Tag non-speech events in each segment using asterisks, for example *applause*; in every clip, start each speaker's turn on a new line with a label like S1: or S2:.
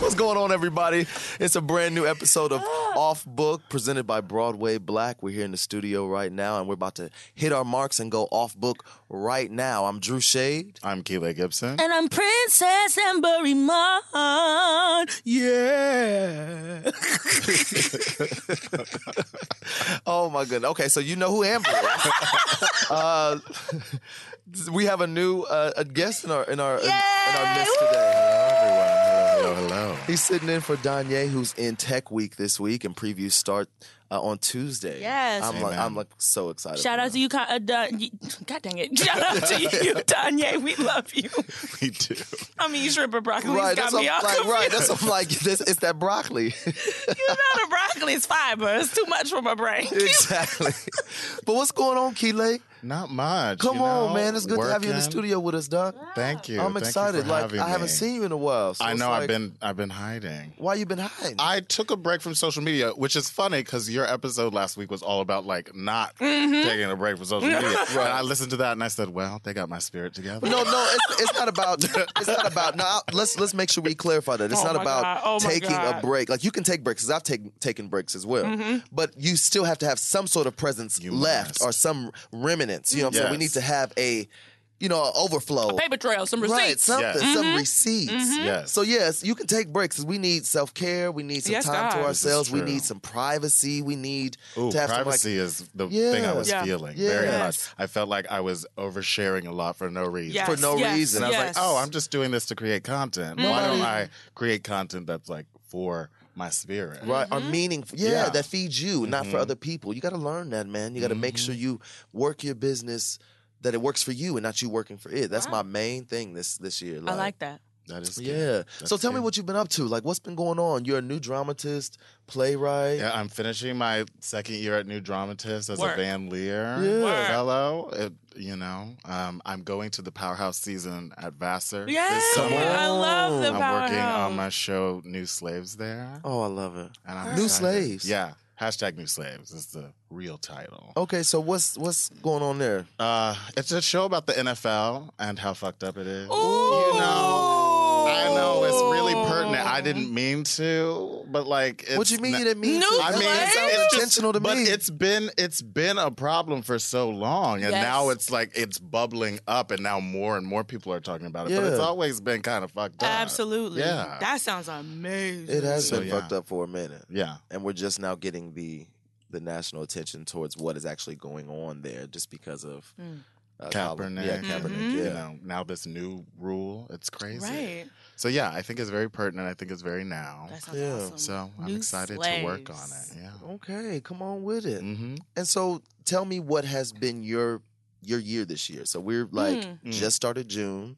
S1: What's going on, everybody? It's a brand new episode of Off Book presented by Broadway Black. We're here in the studio right now, and we're about to hit our marks and go off book right now. I'm Drew Shade.
S2: I'm Keeley Gibson.
S3: And I'm Princess Ambery Mon. Yeah.
S1: Oh my goodness. Okay, so you know who Amber is.
S3: *laughs*
S1: uh, *laughs* we have a new uh, a guest in our in our in, in our midst today.
S2: Hello, hello.
S1: He's sitting in for Donye, who's in Tech Week this week, and previews start uh, on Tuesday.
S3: Yes.
S1: I'm like I'm like so excited.
S3: Shout out to you, Ka- uh, Don- y- God dang it. *laughs* Shout out to you, Tanya. We love you.
S2: *laughs* We do.
S3: I mean, you stripper broccoli
S1: Right,
S3: got
S1: that's
S3: me
S1: what,
S3: all
S1: I'm like,
S3: confused.
S1: right. That's what I'm like. This, it's that
S3: *laughs*
S1: broccoli. *laughs*
S3: It's not a broccoli, it's fiber. It's too much for my
S2: *laughs*
S3: brain.
S1: exactly. but what's going on, Keeley?
S2: Not much.
S1: Come
S2: you
S1: on,
S2: know,
S1: man. It's good to have you in the
S2: working.
S1: studio with us, Doc.
S2: Thank you.
S1: I'm
S2: Thank you
S1: excited.
S2: for
S1: like
S2: having
S1: I haven't
S2: me.
S1: seen you in a while. so
S2: I
S1: it's
S2: know I've
S1: like,
S2: been I've been hiding.
S1: Why you been hiding?
S2: I took a break from social media, which is funny because your episode last week was all about like not
S3: Mm-hmm.
S2: taking a break from social media.
S3: *laughs*
S2: And I listened to that and I said, "Well, they got my spirit together."
S1: no, no, it's, it's not about. It's not about. Now let's let's make sure we clarify that it's
S3: Oh
S1: not
S3: my God.
S1: about
S3: Oh my
S1: taking a
S3: God. Mm-hmm.
S1: break. Like you can take breaks, 'cause I've taken taken breaks as well. But you still have to have some sort of presence
S2: You
S1: left
S2: must.
S1: or some remnants. You know what I'm saying? We
S2: Yes.
S1: need to have a, you know, an overflow.
S3: Paper trail, some receipts. Mm-hmm.
S1: Right, something,
S2: Yes.
S1: some receipts.
S2: Yes.
S1: So yes, you can take breaks. 'cause We need self care. We need some
S3: Yes,
S1: time
S3: God.
S1: to
S3: This
S2: is
S1: ourselves. We
S2: true.
S1: need some privacy. We need
S2: Ooh,
S1: to have
S2: privacy
S1: some like.
S2: is the
S1: Yeah.
S2: thing I was
S3: Yeah.
S2: feeling very
S3: Yes.
S2: much. I felt like I was oversharing a lot for no reason.
S3: Yes,
S1: For no
S3: yes,
S1: reason.
S2: And I was
S3: yes. Mm-hmm.
S2: like, oh, I'm just doing this to create content. Why don't I create content that's like for my spirit?
S1: Right, are meaningful. Yeah,
S2: Mm-hmm. Yeah. Mm-hmm.
S1: that feeds you, not for other people. You got to learn that, man. You got to make sure you work your business that it works for you and not you working for it. That's my main thing this this year.
S3: I like that.
S2: That is
S1: Yeah.
S2: good.
S1: so tell me
S2: good.
S1: what you've been up to. Like, what's been going on? You're a new dramatist, playwright.
S2: Yeah, I'm finishing my second year at New Dramatist as
S3: Work.
S2: a Van Leer
S1: Yeah. Work.
S2: fellow. It- you know, um, I'm going to the Powerhouse season at Vassar
S3: Yes.
S2: this summer.
S3: I love the
S2: I'm
S3: power
S2: working on
S3: house.
S2: my show New Slaves there.
S1: Oh, I love it.
S2: And I'm
S1: New
S2: excited.
S1: slaves. Oh.
S2: Yeah. Hashtag New Slaves is the real title.
S1: Okay, so what's what's going on there?
S2: Uh, it's a show about the NFL and how fucked up it is.
S3: Ooh.
S2: You know, I know it's really pertinent. I didn't mean to, but like, it's
S1: What you mean
S2: not-
S1: you didn't mean?
S3: No,
S1: to?
S3: I
S2: I
S1: That
S2: mean,
S3: Like-
S1: sounds
S2: it's,
S3: sounds
S2: it's
S1: intentional
S2: just,
S1: to
S2: but
S1: me.
S2: it's been it's been a problem for so long, and
S3: Yes.
S2: now it's like it's bubbling up, and now more and more people are talking about it. But
S1: Yeah.
S2: it's always been kind of fucked up.
S3: Absolutely.
S2: Yeah.
S3: That sounds amazing.
S1: it has
S2: So,
S1: been
S2: yeah.
S1: fucked up for a minute.
S2: Yeah.
S1: and we're just now getting the the national attention towards what is actually going on there, just because of
S3: Mm.
S1: uh, Colin-
S2: Kaepernick.
S1: Yeah, Kaepernick.
S3: Mm-hmm.
S2: and,
S1: Yeah.
S2: You know, now this new rule, it's crazy.
S3: Right.
S2: So yeah, I think it's very pertinent. I think it's very now.
S3: That sounds
S1: Yeah.
S3: awesome.
S2: so I'm
S3: New
S2: excited to work on
S3: slaves.
S2: it. Yeah.
S1: Okay, come on with it.
S2: Mm-hmm.
S1: And so, tell me what has been your your year this year. So we're like
S3: Mm.
S2: Mm.
S1: just started June.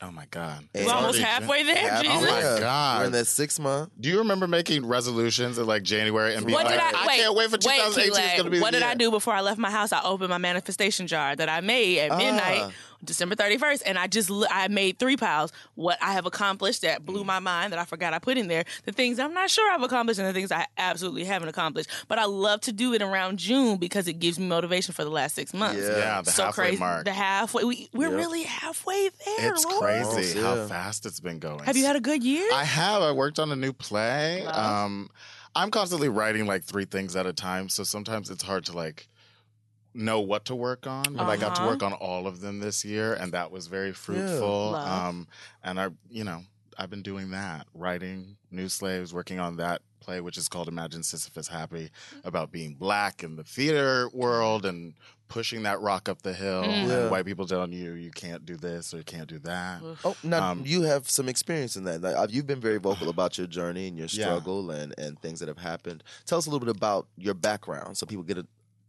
S2: Oh my god.
S1: It's
S3: We're almost
S2: already-
S3: halfway there,
S1: Half-
S3: Jesus.
S2: Oh my
S1: Yeah.
S2: God.
S1: We're in that six month.
S2: Do you remember making resolutions in like January and being
S3: What
S2: like,
S3: did I, wait,
S2: can't wait for 2018
S3: Keeley,
S2: is going to be
S3: What
S2: the
S3: did I
S2: year."
S3: do before I left my house? I opened my manifestation jar that I made at
S2: Ah.
S3: midnight, December 31st, and I just li- I made three piles. What I have accomplished that blew
S2: Mm.
S3: my mind that I forgot I put in there, the things I'm not sure I've accomplished, and the things I absolutely haven't accomplished. But I love to do it around June because it gives me motivation for the last six months.
S1: Yeah.
S2: Yeah, the
S3: so
S2: halfway
S3: crazy.
S2: mark.
S3: The halfway. We, we're really halfway there.
S2: it's
S3: Lord.
S2: crazy
S1: Oh,
S2: how
S1: yeah.
S2: fast it's been going.
S3: Have you had a good *laughs* year?
S2: I have. I worked on a new play. Um, I'm constantly writing like three things at a time, so sometimes it's hard to like know what to work on, but I got to work on all of them this year, and that was very fruitful.
S3: Love.
S2: Um, and I, you know, I've been doing that, writing New Slaves, working on that play, which is called Imagine Sisyphus Happy, about being black in the theater world and pushing that rock up the hill, and
S1: Yeah.
S2: white people telling you you can't do this or you can't do that.
S1: Oh, now
S2: Um,
S1: you have some experience in that. Like, uh, you've been very
S2: *sighs*
S1: vocal about your journey and your
S2: Yeah.
S1: struggle and, and things that have happened. Tell us a little bit about your background so people get a,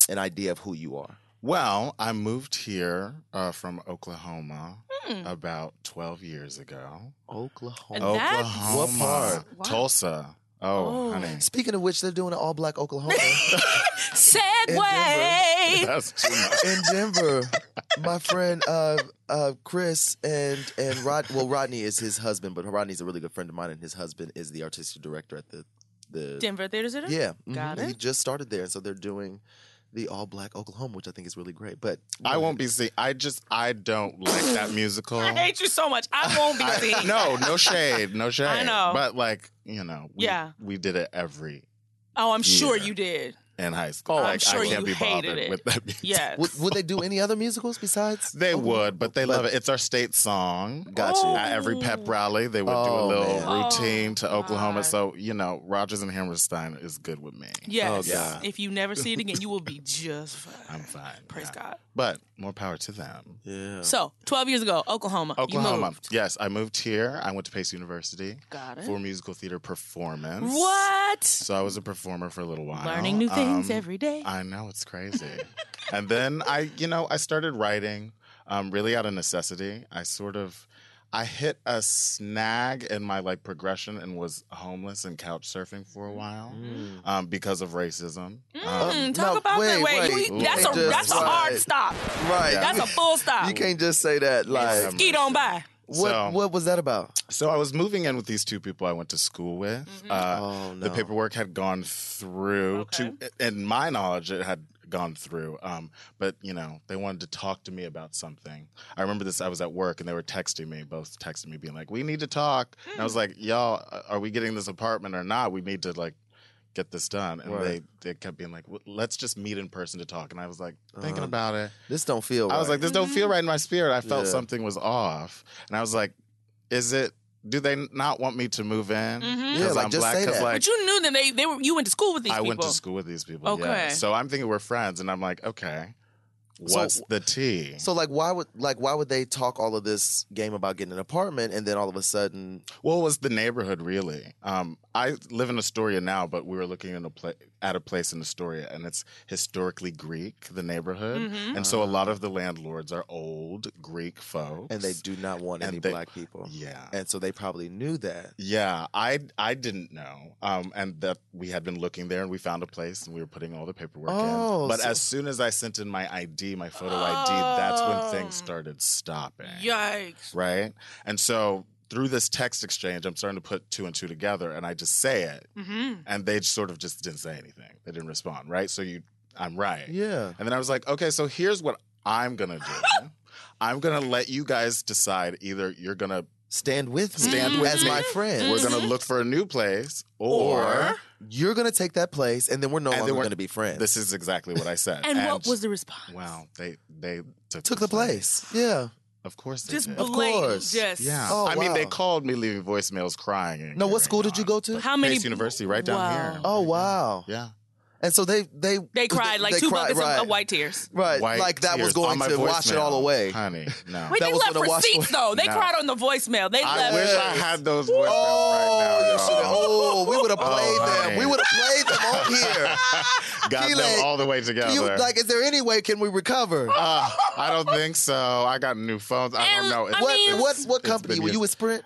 S1: an idea of who you are.
S2: Well, I moved here uh, from Oklahoma
S3: Hmm.
S2: about 12 years ago.
S3: And
S2: Oh,
S1: Oklahoma.
S3: that's-
S2: Oklahoma.
S1: What part?
S3: Wow.
S2: Tulsa. Oh,
S3: Oh. *laughs*
S2: honey.
S1: Speaking of which, they're doing an all black Oklahoma
S3: Segway.
S2: That's too much.
S1: in Denver. My friend uh, uh, Chris and and Rod. Well, Rodney is his husband, but Rodney's a really good friend of mine, and his husband is the artistic director at the the
S3: Denver Theater Center?
S1: Yeah,
S3: Got
S1: mhm. He
S3: it.
S1: just started there, so they're doing the all black Oklahoma, which I think is really great. But
S2: I won't be seeing. I just, I don't like that
S3: *laughs*
S2: musical.
S3: I hate you so much. I won't be seen.
S2: *laughs* no, no shade, no
S3: *laughs*
S2: shade.
S3: I know.
S2: But like, you know, we,
S3: Yeah.
S2: we did it every
S3: Oh, I'm sure
S2: Yeah.
S3: you did.
S2: in high school.
S3: Oh, I'm
S2: like,
S3: sure
S2: I can't
S3: you
S2: be bothered
S3: hated it.
S2: with that *laughs* music.
S3: Yes.
S1: Would, would they do any other musicals besides?
S2: They
S1: Oklahoma?
S2: would, but they love it. It's our state song.
S1: Oh, Got
S3: Oh.
S1: you.
S2: At every pep rally, they would do a
S1: Oh,
S2: little
S1: man.
S2: routine to Oklahoma.
S3: God.
S2: So, you know, Rogers and Hammerstein is good with me.
S3: Yes.
S1: Oh, God.
S3: If you never see it again, you will be just fine.
S2: I'm fine.
S3: Praise
S2: Yeah.
S3: God.
S2: But more power to them.
S1: Yeah.
S3: So, 12 years ago, Oklahoma. you
S2: Oklahoma.
S3: moved.
S2: Yes, I moved here. I went to Pace University
S3: Got it.
S2: for musical theater performance.
S3: What?
S2: So I was a performer for a little while.
S3: Learning new things
S2: Um,
S3: every day.
S2: I know it's crazy. and then I, you know, I started writing um, really out of necessity. I sort of I hit a snag in my like progression and was homeless and couch surfing for a while um, because of racism. Um,
S3: Mm,
S1: Um,
S3: talk
S1: no,
S3: about that.
S1: wait,
S3: Wait,
S1: wait.
S3: you- that's
S2: Wait,
S3: a
S2: just
S3: that's a hard
S1: wait.
S3: stop.
S1: Right.
S2: Yeah.
S3: That's a full stop.
S1: You can't just say that. Like,
S3: Skeet on by.
S1: what
S2: So-
S1: what was that about?
S2: so I was moving in with these two people I went to school with. Uh,
S1: Oh,
S2: The
S1: no.
S2: paperwork had gone through to, in my knowledge, it had gone through. Um, but you know, they wanted to talk to me about something. I remember this. I was at work and they were texting me, both texting me, being like, "We need to talk." And I was like, "Y'all, uh, are we getting this apartment or not? We need to like." Get this done, and
S1: Right.
S2: they they kept being like, "Well, "Let's just meet in person to talk." And I was like, thinking
S1: Uh-huh.
S2: about it,
S1: This don't feel. Right.
S2: I was like, this don't feel
S3: Mm-hmm.
S2: right in my spirit. I felt
S1: Yeah.
S2: something was off, and I was like, is it? Do they not want me to move in?
S1: Yeah,
S2: 'Cause
S1: like,
S2: I'm
S1: just
S2: black.
S1: say
S2: 'Cause,
S1: that.
S2: like,
S3: Mm-hmm. But you knew them. They they were you went to school with these
S2: I
S3: people.
S2: went to school with these people. yeah.
S3: Okay.
S2: so I'm thinking we're friends, and I'm like, okay, what's the tea?
S1: so like, why would like why would they talk all of this game about getting an apartment and then all of a sudden?
S2: What was the neighborhood really? Um, I live in Astoria now, but we were looking in a pla- at a place in Astoria, and it's historically Greek, the neighborhood,
S3: Mm-hmm.
S2: and so a lot of the landlords are old Greek folks,
S1: Uh-huh. And they do not want
S2: And
S1: any
S2: they-
S1: black people.
S2: yeah,
S1: And so they probably knew that.
S2: Yeah, I I didn't know, um, and that we had been looking there, and we found a place, and we were putting all the paperwork
S1: Oh,
S2: in. But
S1: so-
S2: as soon as I sent in my ID, my photo ID, that's when things
S1: Oh.
S2: started stopping.
S3: Yikes.
S2: Right, and so through this text exchange, I'm starting to put two and two together, and I just say it,
S3: Mm-hmm.
S2: and they sort of just didn't say anything. They didn't respond. Right, so you, I'm right.
S1: Yeah.
S2: And then I was like, okay, so here's what I'm gonna
S1: *laughs*
S2: do. I'm gonna let you guys decide. Either you're gonna
S1: Stand with me.
S2: Stand with
S1: as
S3: Mm-hmm.
S2: me.
S1: my friend.
S2: we're gonna look for a new place, or
S1: or you're gonna take that place, and then we're no
S2: And then
S1: longer
S2: we're-
S1: gonna be friends.
S2: This is exactly what I said.
S3: And, what was the response?
S2: Wow, they they took,
S1: took the place. Yeah.
S2: Of course they
S3: Just
S2: did.
S1: bel-
S3: blatant.
S1: course.
S3: Just
S2: yeah,
S1: Oh,
S2: I mean, they
S1: wow.
S2: called me leaving voicemails crying. and
S1: No, what
S2: carrying
S1: school did you
S2: on.
S1: go to?
S3: How many
S2: Pace University, right down
S3: Wow.
S2: here.
S1: Oh
S2: Right
S1: wow.
S2: there. Yeah.
S1: And so they they
S3: They cried like
S1: they
S3: two
S1: cried,
S3: buckets of-
S1: right.
S3: of white tears.
S1: Right.
S2: White
S1: like that was
S2: tears on
S1: going
S2: my
S1: to wash it all
S2: voicemail.
S1: away.
S2: honey. No,
S3: *laughs* Wait,
S1: That
S3: they
S1: was
S3: left
S1: gonna wash
S3: receipts
S1: away-
S3: though. They
S2: No.
S3: cried on the voicemail. They
S2: I
S3: left.
S2: wish I had those voicemails right now.
S1: you shoulda-
S2: y'all.
S1: oh, we would have played them.
S2: honey.
S1: We would have played them on
S2: *laughs*
S1: here. *laughs*
S2: Got
S1: Keelan,
S2: them all the way together.
S1: Can Oh, you, like, is there any way can we recover?
S2: Uh, I don't think so. I got new phones. I
S3: And,
S2: don't know.
S3: I
S2: It's-
S1: what
S3: mean-
S1: what what
S2: It's
S1: company
S2: been
S1: were you
S2: years.
S1: with Sprint?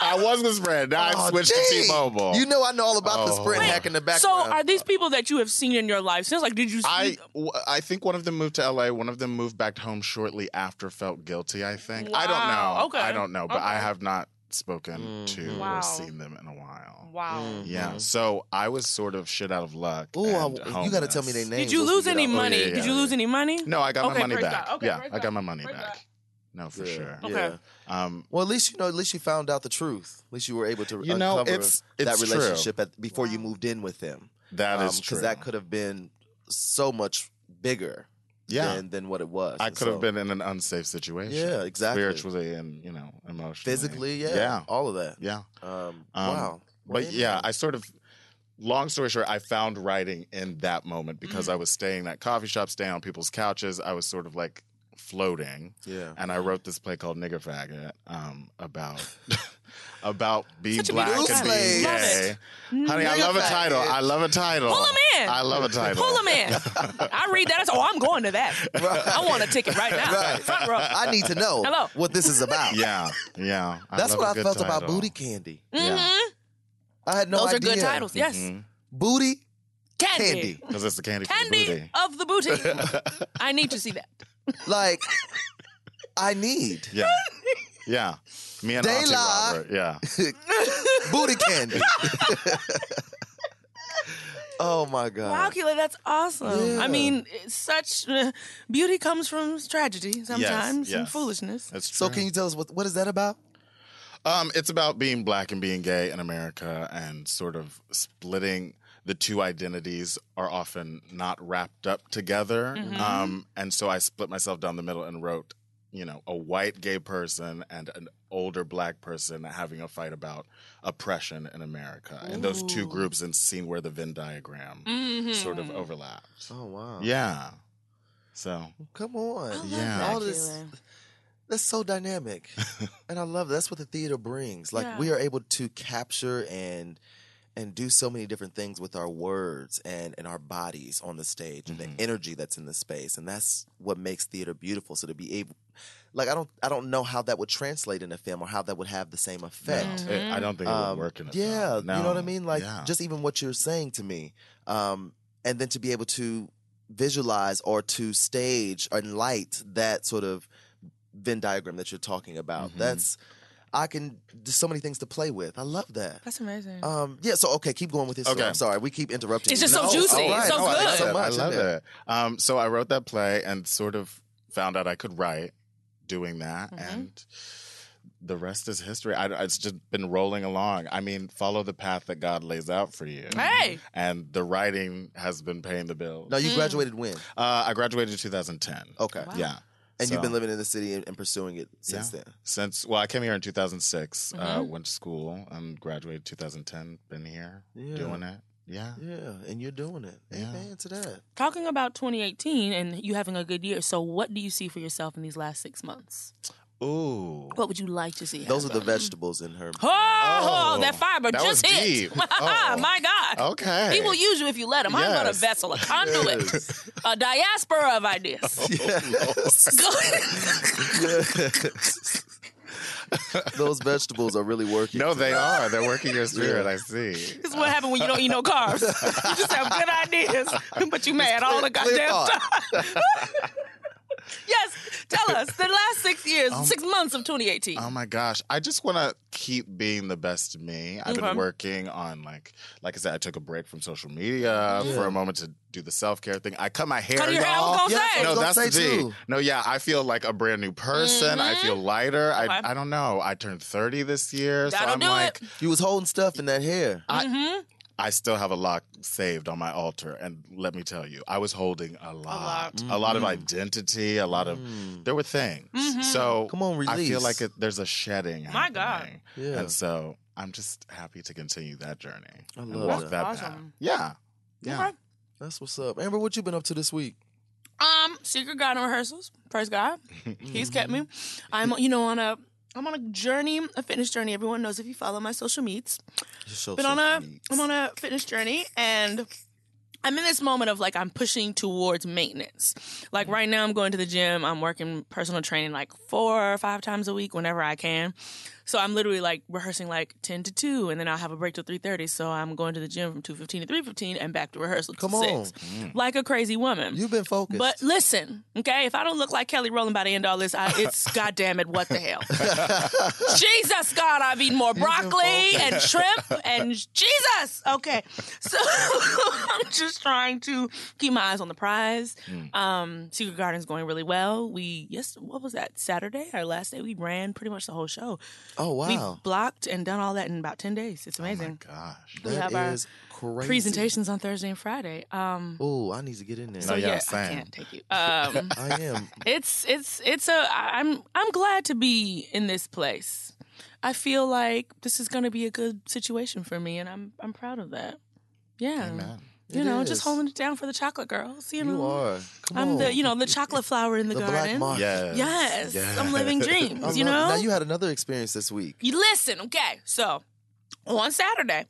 S2: I was with Sprint. Now *laughs* I
S1: Oh,
S2: switched to
S1: dang.
S2: T-Mobile.
S1: You know I know all about the
S2: Oh.
S1: Sprint
S2: Wait,
S1: hack in the
S3: so
S1: background.
S3: are these people that you have seen in your life since? Like, did you? See
S2: I, Mm,
S3: them?
S2: w- I think one of them moved to LA. One of them moved back home shortly after. Felt guilty. I think. I don't
S3: Wow,
S2: know.
S3: okay,
S2: I don't know. But I
S3: okay.
S2: have not spoken
S1: Mm-hmm.
S2: to
S3: Wow.
S2: or seen them in a while.
S3: Wow.
S2: Mm, Yeah. So I was sort of shit out of luck.
S1: Ooh, I-
S2: and
S1: you got to
S2: homeless. Oh,
S1: tell me their names.
S3: Did you
S1: Let's
S3: lose
S1: get
S3: any
S1: out.
S3: money?
S2: yeah,
S3: Did you
S2: yeah.
S3: lose any money?
S2: No, I got
S3: Okay,
S2: my money
S3: praise
S2: back.
S3: God. Okay,
S2: yeah,
S3: praise
S2: I
S3: God.
S2: got my money
S3: Praise
S2: back.
S3: God.
S2: No, for
S1: Yeah,
S2: sure.
S3: Okay.
S1: yeah.
S2: Um,
S1: Well, at least you know. At least you found out the truth. At least you were able to
S2: You know,
S1: uncover
S2: it's-
S1: that
S2: it's true.
S1: relationship at, before you moved in with them.
S2: that is
S1: Um,
S2: true.
S1: that could have been so much bigger.
S2: Yeah.
S1: than, than what it was.
S2: I
S1: And
S2: could have
S1: so
S2: been in an unsafe situation.
S1: Yeah, exactly.
S2: Spiritually and you know emotionally,
S1: physically, yeah,
S2: yeah,
S1: all of that.
S2: yeah.
S1: Um,
S2: Um,
S1: wow.
S2: But
S1: Well,
S2: yeah, I sort of. Long story short, I found writing in that moment because
S3: Mm-hmm.
S2: I was staying at coffee shops, staying on people's couches. I was sort of like floating.
S3: Oh,
S1: Yeah.
S2: *laughs*
S1: *laughs*
S2: And I wrote this play called Nigger Faggot um, about *laughs* about being
S3: Such a
S2: black and
S3: beautiful
S2: being
S3: play. Love
S2: gay.
S3: it.
S2: Honey, I
S1: Nigger
S2: love a title.
S1: faggot.
S2: I love a title.
S3: Pull 'em in.
S2: I love a title.
S3: Pull them
S2: *laughs*
S3: in. I read that. I said, oh, I'm going to that. I want a ticket right now.
S1: Right.
S3: Front row.
S1: I need to know
S3: Hello.
S1: what this is about.
S2: *laughs* Yeah, yeah.
S1: That's
S2: love
S1: what
S2: a
S1: I
S2: good
S1: felt about
S2: title.
S1: booty candy.
S3: Mm-hmm.
S2: Yeah,
S1: I had no
S3: Those
S1: idea.
S3: are good titles. Yes.
S1: Booty
S3: Candy.
S1: candy.
S2: because it's the Mm-hmm. candy, for the
S3: Candy,
S2: booty.
S3: of the booty.
S2: *laughs*
S3: I need to see that.
S1: Like I need
S2: *laughs* Yeah, yeah. Me and Auntie
S1: Daylight.
S2: Robert. Yeah,
S1: booty
S2: *laughs*
S1: candy. *laughs* oh my god.
S3: Wow, Keila, that's awesome.
S1: Yeah.
S3: I mean, it's such uh, beauty comes from tragedy sometimes and
S2: yes.
S3: foolishness. *laughs*
S2: that's true.
S1: So can you tell us what what is that about?
S2: Um, it's about being black and being gay in America and sort of splitting the two identities are often not wrapped up together. Um, and so I split myself down the middle and wrote, you know, a white gay person and an older black person having a fight about oppression in America and those two groups and seeing where the Venn diagram
S3: Mm-hmm.
S2: sort of overlapped.
S1: Oh wow.
S2: Yeah. So
S1: Come on.
S2: Yeah.
S1: All this that's so dynamic. and I love that's what the theater brings. Like we are able to capture and and do so many different things with our words and, and our bodies on the stage and the energy that's in the space. And that's what makes theater beautiful. So to be able like I don't I don't know how that would translate in a film or how that would have the same effect.
S2: it- I don't think it would
S1: Um,
S2: work in a
S1: yeah,
S2: film.
S1: you know what I
S2: No.
S1: mean. Like
S2: Yeah.
S1: just even what you're saying to me, um, and then to be able to visualize or to stage and light that sort of Venn diagram that you're talking about.
S2: Mm-hmm.
S1: That's I can there's so many things to play with. I love that.
S3: That's amazing.
S1: Um, yeah. So okay, keep going with this. story.
S2: Okay.
S1: I'm sorry, we keep interrupting.
S3: It's
S1: you.
S3: just so juicy.
S1: all
S3: It's so
S1: No, I
S3: good.
S1: like so
S2: it.
S1: much
S2: I
S1: in
S2: love
S1: there.
S2: it. Um, so I wrote that play and sort of found out I could write doing that,
S3: Mm-hmm.
S2: and the rest is history. I, it's just been rolling along. I mean, follow the path that God lays out for you.
S3: Hey.
S2: and the writing has been paying the bills.
S1: Now
S3: Mm.
S1: you Oh, graduated when?
S2: uh, I graduated in 2010.
S1: Okay.
S2: Yeah.
S1: And you've
S2: So-
S1: been living in the city and, and pursuing it since then.
S2: Since well, I came here in 2006.
S3: Mm-hmm.
S2: Uh, went to school and graduated 2010. Been here
S1: Yeah.
S2: doing it. Yeah.
S1: Yeah, and you're doing it.
S2: Yeah.
S1: Amen to that.
S3: Talking about 2018 and you having a good year. So, what do you see for yourself in these last six months?
S2: Ooh.
S3: What would you like to see?
S1: Those are
S3: happen?
S1: the vegetables in her.
S3: Oh,
S2: Oh,
S3: that fiber
S2: that
S3: just
S2: was
S3: hit. *laughs* Ah,
S2: deep. Oh.
S3: My God.
S2: Okay.
S3: He will use you if you let him. I'm but a
S2: Yes.
S3: vessel, a conduit, a diaspora of
S2: *laughs* Oh,
S3: ideas. *laughs*
S1: *laughs* Those vegetables are really working.
S2: No, they are. They're working your spirit.
S3: *laughs*
S2: I see.
S3: This is what happened when you don't eat no carbs. you just have good ideas, *laughs* but you mad all the
S1: Clear
S3: goddamn
S1: thought.
S3: time. *laughs* Yes, tell us the last six years,
S2: Um,
S3: six months of 2018.
S2: Oh my gosh. I just want to keep being the best me. I've
S3: Okay.
S2: been working on like like I said I took a break from social media for a moment to do the self-care thing. I cut my hair.
S3: Cut Mm. your hair, I
S2: y'all.
S3: was gonna
S1: Yeah, that's
S3: say.
S1: what I
S2: No,
S1: was gonna
S2: that's the
S1: say,
S2: D.
S1: too.
S2: No, yeah, I feel like a brand new person. I feel lighter.
S3: Mm-hmm. Okay.
S2: I I don't know. I turned 30 this year, so
S3: That'll
S2: I'm
S3: do
S2: like
S3: it.
S1: You was holding stuff in that hair.
S3: Mm-hmm.
S2: I still have a lot saved on my altar, and let me tell you, I was holding a lot, a lot, of
S1: Mm.
S2: identity, a lot of there were things. So
S1: Come on,
S2: I feel
S1: release.
S2: like it, there's a shedding.
S3: Mm-hmm. My God.
S2: happening.
S1: Yeah.
S2: and so I'm just happy to continue that journey I and
S1: love
S2: walk
S1: that.
S2: that path.
S3: Awesome.
S2: Yeah, yeah.
S3: Okay.
S1: That's what's up. Amber, what you been up to this week?
S3: Um, secret God in rehearsals. Praise God, He's
S1: *laughs*
S3: kept me. I'm, you know, on a I'm on a journey, a fitness journey. Everyone knows if you follow my social meets. But on a I'm on a fitness journey and I'm in this moment of like I'm pushing towards maintenance. Like right now I'm going to the gym, I'm working personal training like four or five times a week whenever I can. So I'm literally like rehearsing like 10 to 2 and then I'll have a break till 3:30. So I'm going to the gym from 2:15 to 3:15 and back to rehearsal till
S1: Come on. Mm.
S3: 6. Like a crazy woman.
S1: You've been focused.
S3: But listen, okay, if I don't look like Kelly Rowland by the end of all this, I, it's
S1: *laughs*
S3: goddamn it, what the hell? Jesus, God, I've eaten more broccoli
S1: *laughs*
S3: and shrimp and Jesus. Okay, so *laughs* I'm just trying to keep my eyes on the prize.
S1: Hmm.
S3: Um, Secret Garden's going really well. We yes, what was that Saturday? Our last day, we ran pretty much the whole show.
S1: Oh, wow.
S3: We've blocked and done all that in about 10 days. It's amazing.
S2: Gosh.
S3: we
S1: That
S3: have our
S1: is crazy.
S3: Presentations on Thursday and Friday. Um,
S1: Oh, I need to get in there.
S3: so
S2: No, y'all
S3: yeah, I
S2: sang.
S3: can't take you. Um,
S1: I am.
S3: it's it's it's a I- I'm I'm glad to be in this place. I feel like this is going to be a good situation for me, and I'm I'm proud of that. Yeah, you
S1: It
S3: know,
S1: is.
S3: just holding it down for the chocolate girls. *laughs* You,
S1: You
S3: know,
S1: are. Come
S3: I'm
S1: on.
S3: the you know the chocolate flower in the,
S1: the
S3: garden.
S1: black market.
S2: Yes.
S3: Yes, I'm
S2: Yes.
S1: *laughs*
S3: living dreams. you know,
S1: Now you had another experience this week.
S3: you listen, okay? So on Saturday,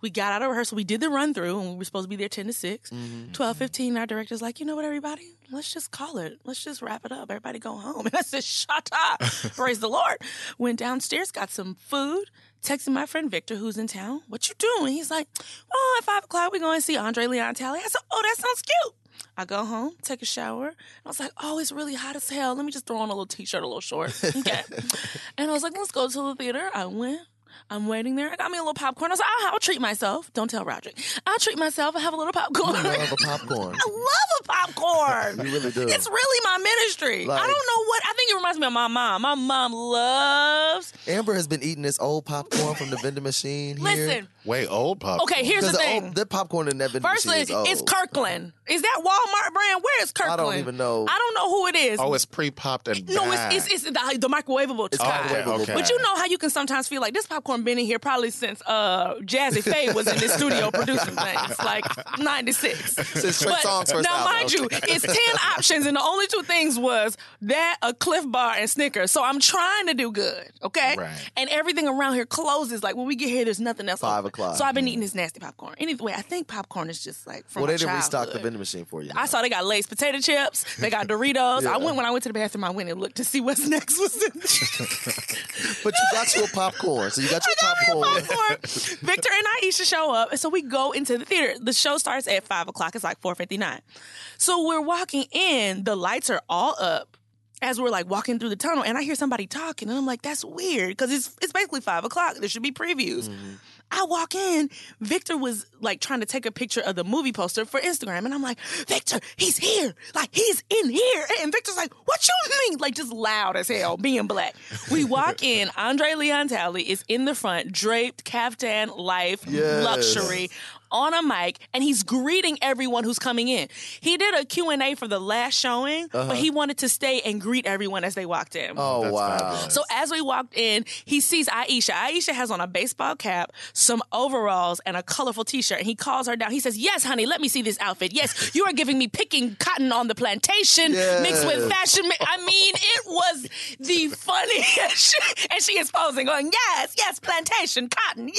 S3: we got out of rehearsal. We did the run through, and we were supposed to be there ten to 6
S1: Mm-hmm.
S3: Twelve fifteen, our director's like, you know what, everybody, let's just call it. Let's just wrap it up. Everybody go home. *laughs* And I said, shut up. Praise the Lord. Went downstairs, got some food. Texted my friend Victor, who's in town. What you doing? He's like, oh, at five o'clock we going to see Andre Leon Talley. I said, oh, that sounds cute. I go home, take a shower. And I was like, oh, it's really hot as hell. Let me just throw on a little t-shirt, a little short. Okay. and I was like, let's go to the theater. I went. I'm waiting there. I got me a little popcorn. I was like, I'll, I'll treat myself. Don't tell Roderick. I'll treat myself. I have a little popcorn.
S1: I love a popcorn.
S3: *laughs* I love a popcorn.
S1: You really do.
S3: It's really my ministry.
S1: Like-
S3: I don't know what. I think it reminds me of my mom. My mom loves.
S1: Amber has been eating this old popcorn from the vending machine here.
S3: Listen.
S2: *laughs* Way old pop.
S3: Okay, here's the,
S1: 'Cause the,
S3: thing.
S1: old, the popcorn in that vending
S3: Firstly,
S1: machine is old.
S3: it's Kirkland. Is that Walmart brand? Where is Kirkland?
S1: Oh. I don't even know.
S3: I don't know who it is.
S2: Oh, it's pre-popped and
S3: no, it's
S2: bagged.
S3: it's, it's the, the microwavable
S1: It's
S3: type.
S2: okay,
S1: microwavable.
S2: okay.
S3: But you know how you can sometimes feel like this popcorn been in here probably since uh, Jazzy Faye was in the studio producing things, like '96.
S1: *laughs* Since Trey Songz first
S3: now,
S1: album.
S3: mind you,
S1: Okay. *laughs*
S3: it's ten options, and the only two things was that a Cliff Bar and Snickers. So I'm trying to do good, okay?
S2: Right.
S3: And everything around here closes. Like when we get here, there's nothing else.
S1: Five
S3: open.
S1: o'clock.
S3: So I've been eating this nasty popcorn. Anyway, I think popcorn is just like from
S1: well,
S3: my
S1: they didn't restock the
S3: childhood.
S1: vending machine for you.
S3: I
S1: now.
S3: saw they got Lay's potato chips. They got Doritos. I went when I went to the bathroom. I went and looked to see what's *laughs* next. Was in
S1: But you got your popcorn. So you got your
S3: *laughs* I got me
S1: popcorn.
S3: a popcorn. Victor and Aisha show up, and so we go into the theater. The show starts at five o'clock. It's like four fifty nine. So we're walking in. The lights are all up as we're like walking through the tunnel, and I hear somebody talking, and I'm like, "That's weird," because it's it's basically five o'clock. There should be previews. I walk in. Victor was like trying to take a picture of the movie poster for Instagram, and I'm like, "Victor, he's here! Like he's in here!" And Victor's like, "What you mean?" Like just loud as hell, being black.
S1: *laughs*
S3: We walk in. Andre Leon Talley is in the front, draped caftan life
S1: Yes.
S3: luxury on a mic, and he's greeting everyone who's coming in. He did a Q and A for the last showing, but he wanted to stay and greet everyone as they walked
S1: *laughs*
S3: in.
S1: Uh-huh. Oh,
S2: That's
S1: wow.
S2: fabulous.
S3: So as we walked in, he sees Aisha. Aisha has on a baseball cap, some overalls, and a colorful T-shirt. And he calls her down. He says, "Yes, honey, let me see this outfit. Yes, you are giving me picking cotton on the plantation mixed with fashion. mi- I mean, it was the funniest." shit. and she is posing, going, "Yes, yes, plantation cotton,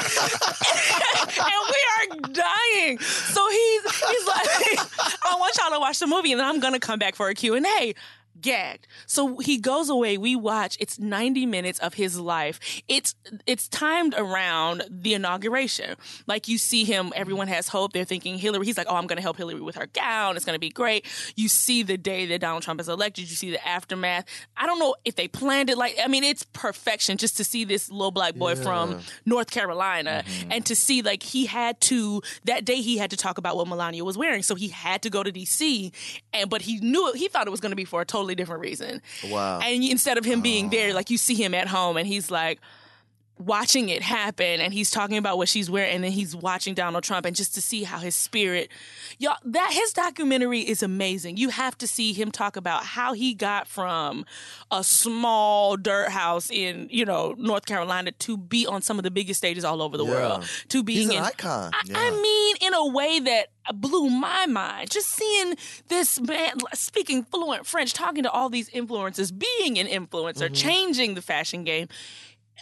S3: yes." *laughs* and we are dying. So he's he's like, *laughs* "I want y'all to watch the movie, and then I'm gonna come back for a Q and A." gagged. So he goes away. We watch. It's 90 minutes of his life. It's it's timed around the inauguration. Like you see him, everyone has hope. They're thinking Hillary. He's like, oh, I'm going to help Hillary with her gown. It's going to be great. You see the day that Donald Trump is elected. You see the aftermath. I don't know if they planned it. Like I mean, it's perfection just to see this little black boy from North Carolina and to see like he had to that day he had to talk about what Melania was wearing. So he had to go to DC and but he knew it, he thought it was going to be for a totally different reason.
S1: Wow.
S3: And you- instead of him being there like you see him at home and he's like watching it happen and he's talking about what she's wearing and then he's watching Donald Trump and just to see how his spirit y'all that his documentary is amazing. You have to see him talk about how he got from a small dirt house in, you know, North Carolina to be on some of the biggest stages all over the world. To being
S1: He's an
S3: in-
S1: icon.
S3: I, I mean, in a way that blew my mind. Just seeing this man speaking fluent French, talking to all these influencers, being an influencer,
S1: Mm-hmm.
S3: changing the fashion game.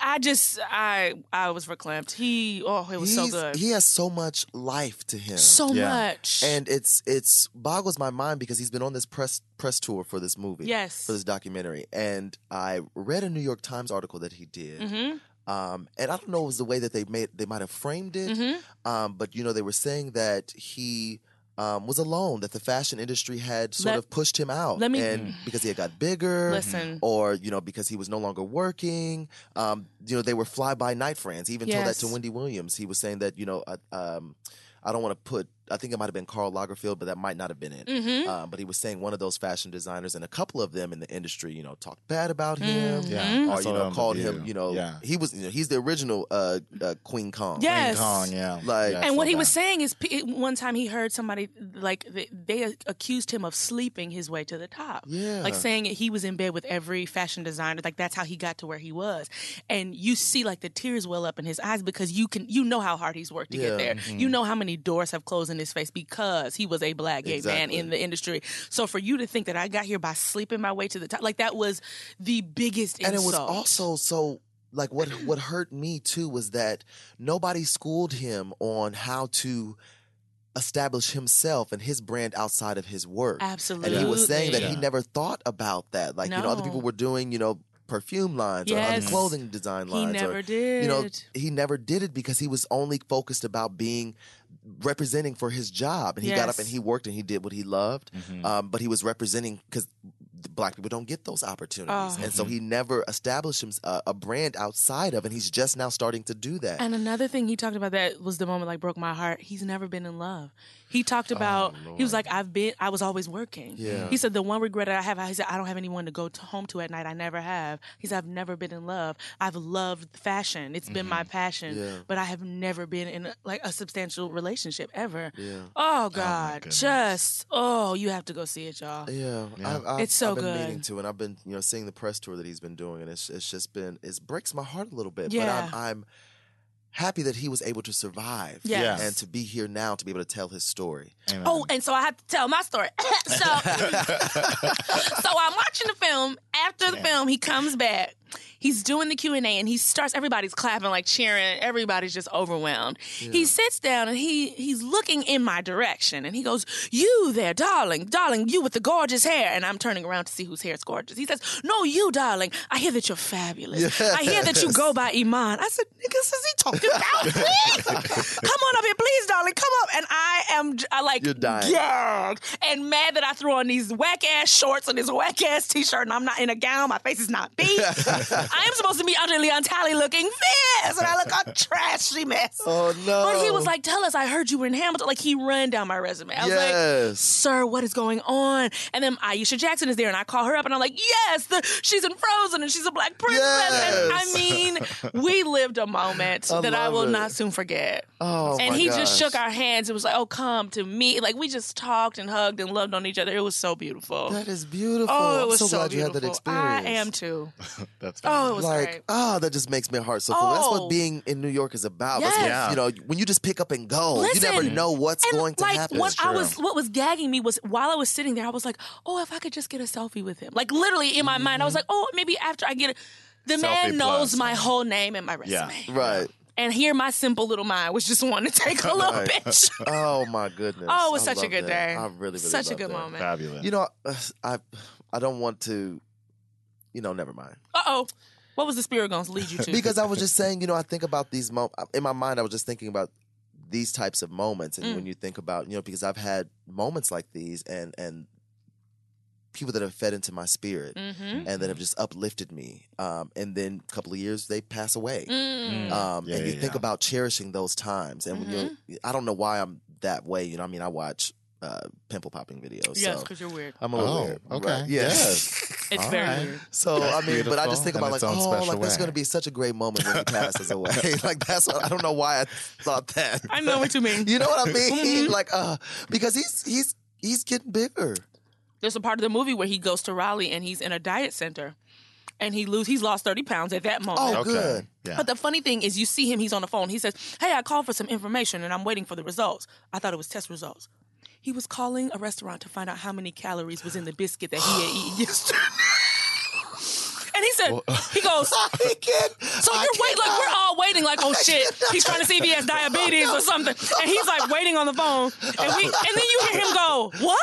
S3: I just, I, I was reclamped. He, oh, it was so
S1: He's-
S3: good,
S1: He has so much life to him.
S3: so
S2: Yeah.
S3: much.
S1: and it's it's boggles my mind because he's been on this press press tour for this movie,
S3: Yes.
S1: for this documentary, and I read a New York Times article that he did,
S3: Mm-hmm,
S1: um, and I don't know if it was the way that they made they might have framed it,
S3: Mm-hmm.
S1: um, but you know they were saying that he. Um, was alone that the fashion industry had sort
S3: Let-
S1: of pushed him out,
S3: let me-
S2: Mm.
S1: and because he had got bigger,
S2: Mm-hmm.
S3: Listen.
S1: or you know because he was no longer working. Um, you know they were fly by night friends. He even told that
S3: Yes.
S1: to Wendy Williams. He was saying that you know uh, um, I don't want to put I think it might have been Carl Lagerfeld, but that might not have been it.
S3: Mm-hmm.
S1: Uh, but he was saying one of those fashion designers and a couple of them in the industry, you know, talked bad about him,
S3: Mm-hmm.
S2: Yeah, I
S1: or
S2: saw
S1: you
S2: that
S1: know,
S2: on The
S1: called him,
S2: View.
S1: you know,
S2: Yeah.
S1: he was, you know, he's the original uh, uh, Queen Kong.
S3: Yeah. Yes.
S2: Kong, yeah.
S1: Like-
S2: Yeah, I
S3: And what
S2: saw
S3: he
S2: that.
S3: was saying is, p- one time he heard somebody like they, they accused him of sleeping his way to the top.
S1: Yeah.
S3: like saying that he was in bed with every fashion designer. Like that's how he got to where he was. And you see like the tears well up in his eyes because you can you know how hard he's worked to
S1: Yeah, mm-hmm.
S3: get there. You know how many doors have closed in his face because he was a black gay man
S1: Exactly.
S3: in the industry. So for you to think that I got here by sleeping my way to the top, like that was the biggest
S1: and it was
S3: insult.
S1: also so like what what hurt me too was that nobody schooled him on how to establish himself and his brand outside of his work.
S3: absolutely.
S1: And he was saying that he
S2: Yeah.
S1: never thought about that. Like, you know, other
S3: No.
S1: people were doing, you know, perfume lines or other
S3: Yes.
S1: clothing design
S3: He
S1: lines. or,
S3: never did.
S1: You know, he never did it because he was only focused about being representing for his job. And he got up
S3: Yes.
S1: and he worked and he did what he loved. Um, but he was representing because black people don't get those opportunities.
S3: Oh.
S1: And so he never established him, uh, a brand outside of, and he's just now starting to do that.
S3: *laughs* And another thing he talked about that was the moment like broke my heart. He's never been in love. He talked about he was like I've been I was always working.
S1: Oh, Yeah.
S3: He said the one regret that I have he said I don't have anyone to go to home to at night. I never have. He said I've never been in love. I've loved fashion. It's been my passion,
S1: Mm-hmm. Yeah.
S3: but I have never been in like a substantial relationship ever. Oh God, just oh you have to go see it, y'all.
S1: Yeah, I, I,
S3: It's so
S1: I've been
S3: good.
S1: meaning to, and I've been you know seeing the press tour that he's been doing, and it's it's just been it breaks my heart a little bit.
S3: Yeah.
S1: But I'm I'm happy that he was able to survive.
S3: Yes.
S1: and to be here now to be able to tell his story.
S3: Oh, and so I have to tell my story. *laughs* so, so I'm watching the film. After the film, he comes back. He's doing the Q and A, and he starts. Everybody's clapping, like cheering. Everybody's just overwhelmed. He sits down and he he's looking in my direction, and he goes, "You there, darling, darling, you with the gorgeous hair." And I'm turning around to see whose hair is gorgeous. He says, "No, you, darling. I hear that you're fabulous. I hear that you go by Iman." I said, "Niggas, is he talking
S1: *laughs*
S3: about me? Come on up here, please, darling. Come up." And I am j- I like
S1: You're dying.
S3: gagged and mad that I threw on these whack ass shorts and this whack ass t shirt, and I'm not in a gown. My face is not
S1: *laughs*
S3: beat. I am supposed to be under Leon Talley looking fierce, and I look a trashy mess.
S1: Oh no!
S3: But he was like, "Tell us, I heard you were in Hamilton." Like he ran down my resume. I was like,
S1: Yes.
S3: "Sir, what is going on?" And then Aisha Jackson is there, and I call her up, and I'm like, "Yes, the, she's in Frozen, and she's a black princess." And I
S1: Yes.
S3: mean, we lived a moment
S1: I
S3: that I
S1: love
S3: will
S1: it.
S3: not soon forget.
S1: oh,
S3: and
S1: my
S3: he just
S1: gosh.
S3: shook our hands. It was like, "Oh, come to me!" Like we just talked and hugged and loved on each other. It was so beautiful.
S1: That is beautiful.
S3: oh, it was
S1: I'm so, glad
S3: beautiful.
S1: you had that experience.
S3: I am too.
S2: That's
S3: Oh, it was
S1: Like
S3: great.
S1: ah, that just makes my heart so full. That's
S3: Oh.
S1: what being in New York is about. That's what-
S3: Yes.
S1: you know, when you just pick up and go, oh,
S3: Listen,
S1: you never know what's
S3: and
S1: going to
S3: like
S1: happen.
S3: what I was, what was gagging me was while I was sitting there, I was like, oh, if I could just get a selfie with him. Like literally in my mind, I
S1: Mm-hmm.
S3: was like, oh, maybe after I get it, the man
S2: Selfie
S3: knows
S2: plus.
S3: my whole name and my resume.
S2: Yeah.
S1: right.
S3: And here, my simple little mind was just *laughs* wanting to take a little
S1: *laughs*
S3: picture.
S1: Oh my goodness!
S3: Oh, it was
S1: I
S3: such a
S1: love
S3: good
S1: that.
S3: day.
S1: I really, really
S3: such a
S1: love
S3: good
S1: that.
S3: moment.
S2: fabulous.
S1: You know, *sighs* uh, I I don't want to, you know, never mind.
S3: Uh oh, what was the spirit going to lead
S1: *laughs*
S3: you to?
S1: Because I was just saying, you know, I think about these moments in my mind. I was just thinking about these types of moments, and when you think about, you know, because I've had moments like these, and and people that have fed into my spirit
S3: Mm-hmm.
S1: and that have just uplifted me. Um, and then a couple of years, they pass away.
S3: Mm.
S1: Um,
S2: Yeah,
S1: and you
S2: yeah,
S1: think
S2: yeah.
S1: about cherishing those times. And when you, I don't know why I'm that way. You know, I mean, I watch uh, pimple popping videos.
S3: yes,
S1: so.
S3: because you're weird.
S1: I'm a little
S2: Oh,
S1: weird,
S2: okay.
S1: right?
S2: *laughs* Yes.
S3: It's
S2: All
S3: very
S2: right.
S3: weird.
S1: So I
S2: That's
S1: mean, but I just
S2: beautiful
S1: think about
S2: in
S1: like,
S2: its own
S1: oh,
S2: special
S1: like that's
S2: way.
S1: going to be such a great moment
S2: *laughs*
S1: when he passes away. *laughs* like that's what, I don't know why I thought that.
S3: I know Mm-hmm. what you mean.
S1: You know what
S3: *laughs*
S1: I mean? Like, uh, because he's he's he's getting bigger.
S3: There's a part of the movie where he goes to Raleigh and he's in a diet center, and he lose he's lost thirty pounds at that moment.
S1: Oh,
S2: Okay.
S1: good.
S2: Yeah.
S3: But the funny thing is, you see him, he's on the phone. He says, Hey, I called for some information and I'm waiting for the results. I thought it was test results. He was calling a restaurant to find out how many calories was in the biscuit that he had
S1: *gasps*
S3: eaten yesterday. *laughs* and he said, He goes,
S2: *laughs*
S1: He can't.
S3: *laughs* so
S1: I
S3: you're waiting, like
S1: cannot.
S3: we're all waiting, like oh shit,
S1: cannot.
S3: he's trying to see if he has diabetes or something, and he's like waiting on the phone, and we, and then you hear him go, what?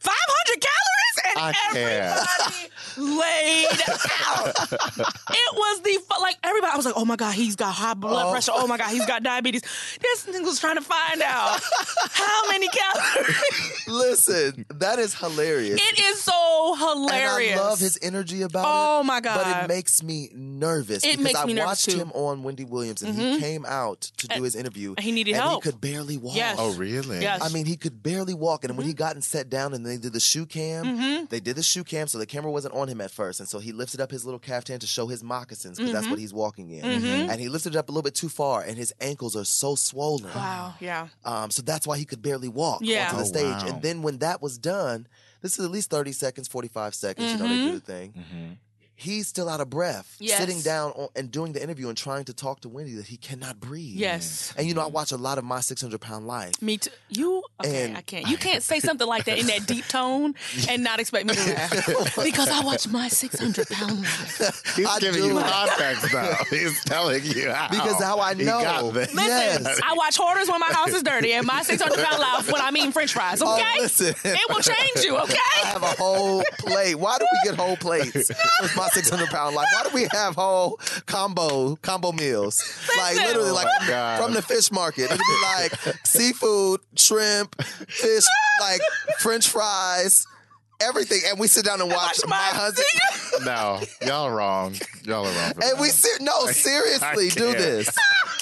S3: Five hundred calories, and
S2: I can't.
S3: everybody laid out. it was the fu- like everybody. I was like, oh my god, he's got high blood pressure. Oh my god, he's got diabetes. This thing was trying to find out how
S1: *laughs*
S3: many calories.
S1: Listen, that is hilarious.
S3: it is so
S1: And
S3: hilarious.
S1: I love his energy about it.
S3: Oh, my
S1: But
S3: God.
S1: it makes me nervous.
S3: It
S1: because
S3: makes
S1: I
S3: me nervous,
S1: watched
S3: too.
S1: him on Wendy Williams and he came out to do his interview.
S3: and he needed
S1: and
S3: help.
S1: He could barely walk.
S3: Yes.
S2: Oh, really?
S3: Yes.
S1: I mean, he could barely walk. And when
S3: Mm-hmm.
S1: he got and sat down and they did the shoe cam, they did the shoe cam, so the camera wasn't on him at first. And so he lifted up his little caftan to show his moccasins because
S3: Mm-hmm.
S1: that's what he's walking in. And he lifted it up a little bit too far, and his ankles are so swollen.
S3: wow. Yeah.
S1: Um, so that's why he could barely walk
S3: Yeah.
S1: onto the
S2: Oh,
S1: stage.
S2: wow.
S1: And then when that was done, this is at least 30 seconds, 45 seconds, you know, they do the thing.
S2: Mm-hmm.
S1: He's still out of breath,
S3: Mm-hmm. Yes.
S1: sitting down on, and doing the interview and trying to talk to Wendy that he cannot breathe.
S3: Yes.
S1: And you
S2: Mm-hmm.
S1: know, I watch a lot of My 600 Pound Life.
S3: Me too. You okay?
S1: And-
S3: I can't. You can't say something like that in that deep tone and not expect me to laugh *laughs* because I watch my six hundred pound life.
S2: He's
S1: I
S2: giving
S1: do.
S2: you
S1: *laughs*
S2: context now. He's telling you how.
S1: Because how I
S2: He
S1: know.
S2: got this.
S3: Listen,
S1: Yes.
S3: I watch hoarders when my house is dirty and my six hundred pound life when I'm eating French fries. Okay,
S1: listen.
S3: it will change you.
S1: I
S3: Okay,
S1: have a whole plate. Why do we get whole plates with my 600 pound life? Why do we have whole combo combo meals? Like
S3: Listen.
S1: literally,
S3: Oh
S1: like
S2: my God.
S1: from the fish market. It'd be like seafood, shrimp, fish, like French fries, everything. And we sit down and watch, my, husband.
S2: *laughs* No, y'all are wrong. Y'all are wrong. for
S1: And
S2: that.
S1: we ser- no seriously
S2: I
S1: do
S2: can't.
S1: this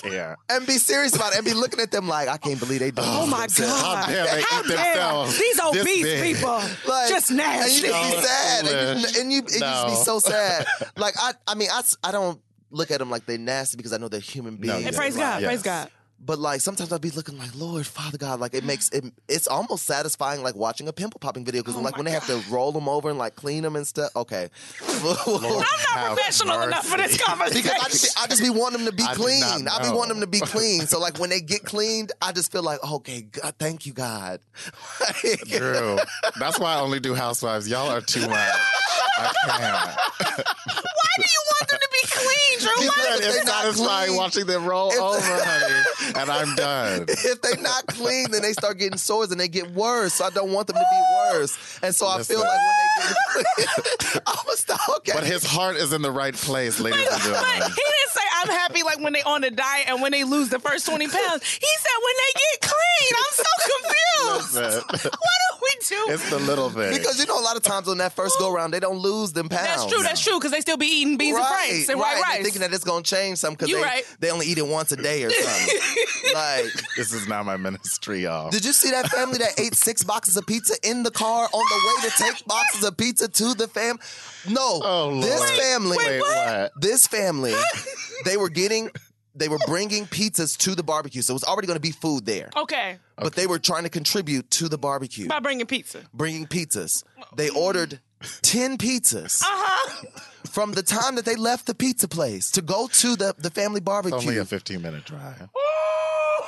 S2: I can't.
S1: and be serious about it and be looking at them like I can't believe they do.
S3: Oh my
S2: How
S3: God!
S2: dare they eat themselves?
S3: These
S2: this
S3: obese
S2: big?
S3: people,
S1: Like,
S3: just
S1: And you
S3: nasty.
S1: just be
S2: No.
S1: sad, and you, and you it just be
S2: No. *laughs*
S1: so sad. Like I, I mean, I, s- I don't look at them like they nasty because I know they're human
S2: No,
S1: beings.
S2: you
S3: And praise
S2: Yes.
S3: God!
S2: Yes.
S3: Praise God!
S1: But like sometimes I'll be looking like Lord, Father God, like it makes it. It's almost satisfying, like watching a pimple popping video
S3: Oh
S1: because like when they have to roll them over and like clean them and stuff. Okay,
S3: I'm not
S2: Have
S3: professional enough for this
S2: mercy.
S1: *laughs*
S3: conversation.
S1: Because I just, I just be wanting them to be
S2: I did
S1: clean.
S2: not
S1: I be
S2: know.
S1: wanting them
S2: *laughs*
S1: to be clean. So like when they get cleaned, I just feel like okay, God, thank you, God. *laughs*
S2: Drew, that's why I only do housewives. Y'all are too much.
S1: *laughs*
S2: I
S3: Why do you want them to be clean, Drew?
S2: can't.
S3: Why?
S1: if they're
S2: it's
S1: not
S2: satisfying
S1: clean-
S2: watching them roll over,
S1: *laughs*
S2: honey, and I'm done.
S1: if they not clean, then they start getting sores and they get worse. So I don't want them to be worse. And so I feel
S2: Listen.
S1: like when they get *laughs* I'm gonna stop. Okay.
S2: But his heart is in the right place, ladies and
S3: But he
S2: gentlemen.
S3: didn't say I'm happy like when they on a diet and when they lose the first 20 pounds. He said when they get clean. I'm so confused.
S2: Listen,
S3: what do we do?
S2: *laughs* it's the little thing.
S1: because you know, a lot of times on that first go round, they don't lose them pounds.
S3: that's true, that's true, because they still be eating beans and
S1: Right,
S3: rice and white
S1: right. They're
S3: rice.
S1: thinking that it's gonna change something because
S3: You
S1: they,
S3: right.
S1: they only eat it once a day or
S3: *laughs*
S1: something. like,
S2: This is not my ministry, y'all.
S1: did you see that family that ate six boxes of pizza in the car on the way to take boxes of pizza to the fam? No,
S2: Oh, Lord.
S1: this
S2: Wait,
S1: family.
S2: Wait, what?
S1: this
S2: *laughs*
S1: family, they were getting, they were bringing pizzas to the barbecue. So it was already going to be food there,
S3: okay,
S1: but they were trying to contribute to the barbecue,
S3: by bringing pizza.
S1: bringing pizzas. They ordered 10 pizzas
S3: Uh-huh.
S1: from the time that they left the pizza place to go to the, the family
S2: It's only
S1: barbecue.
S2: a 15 minute drive.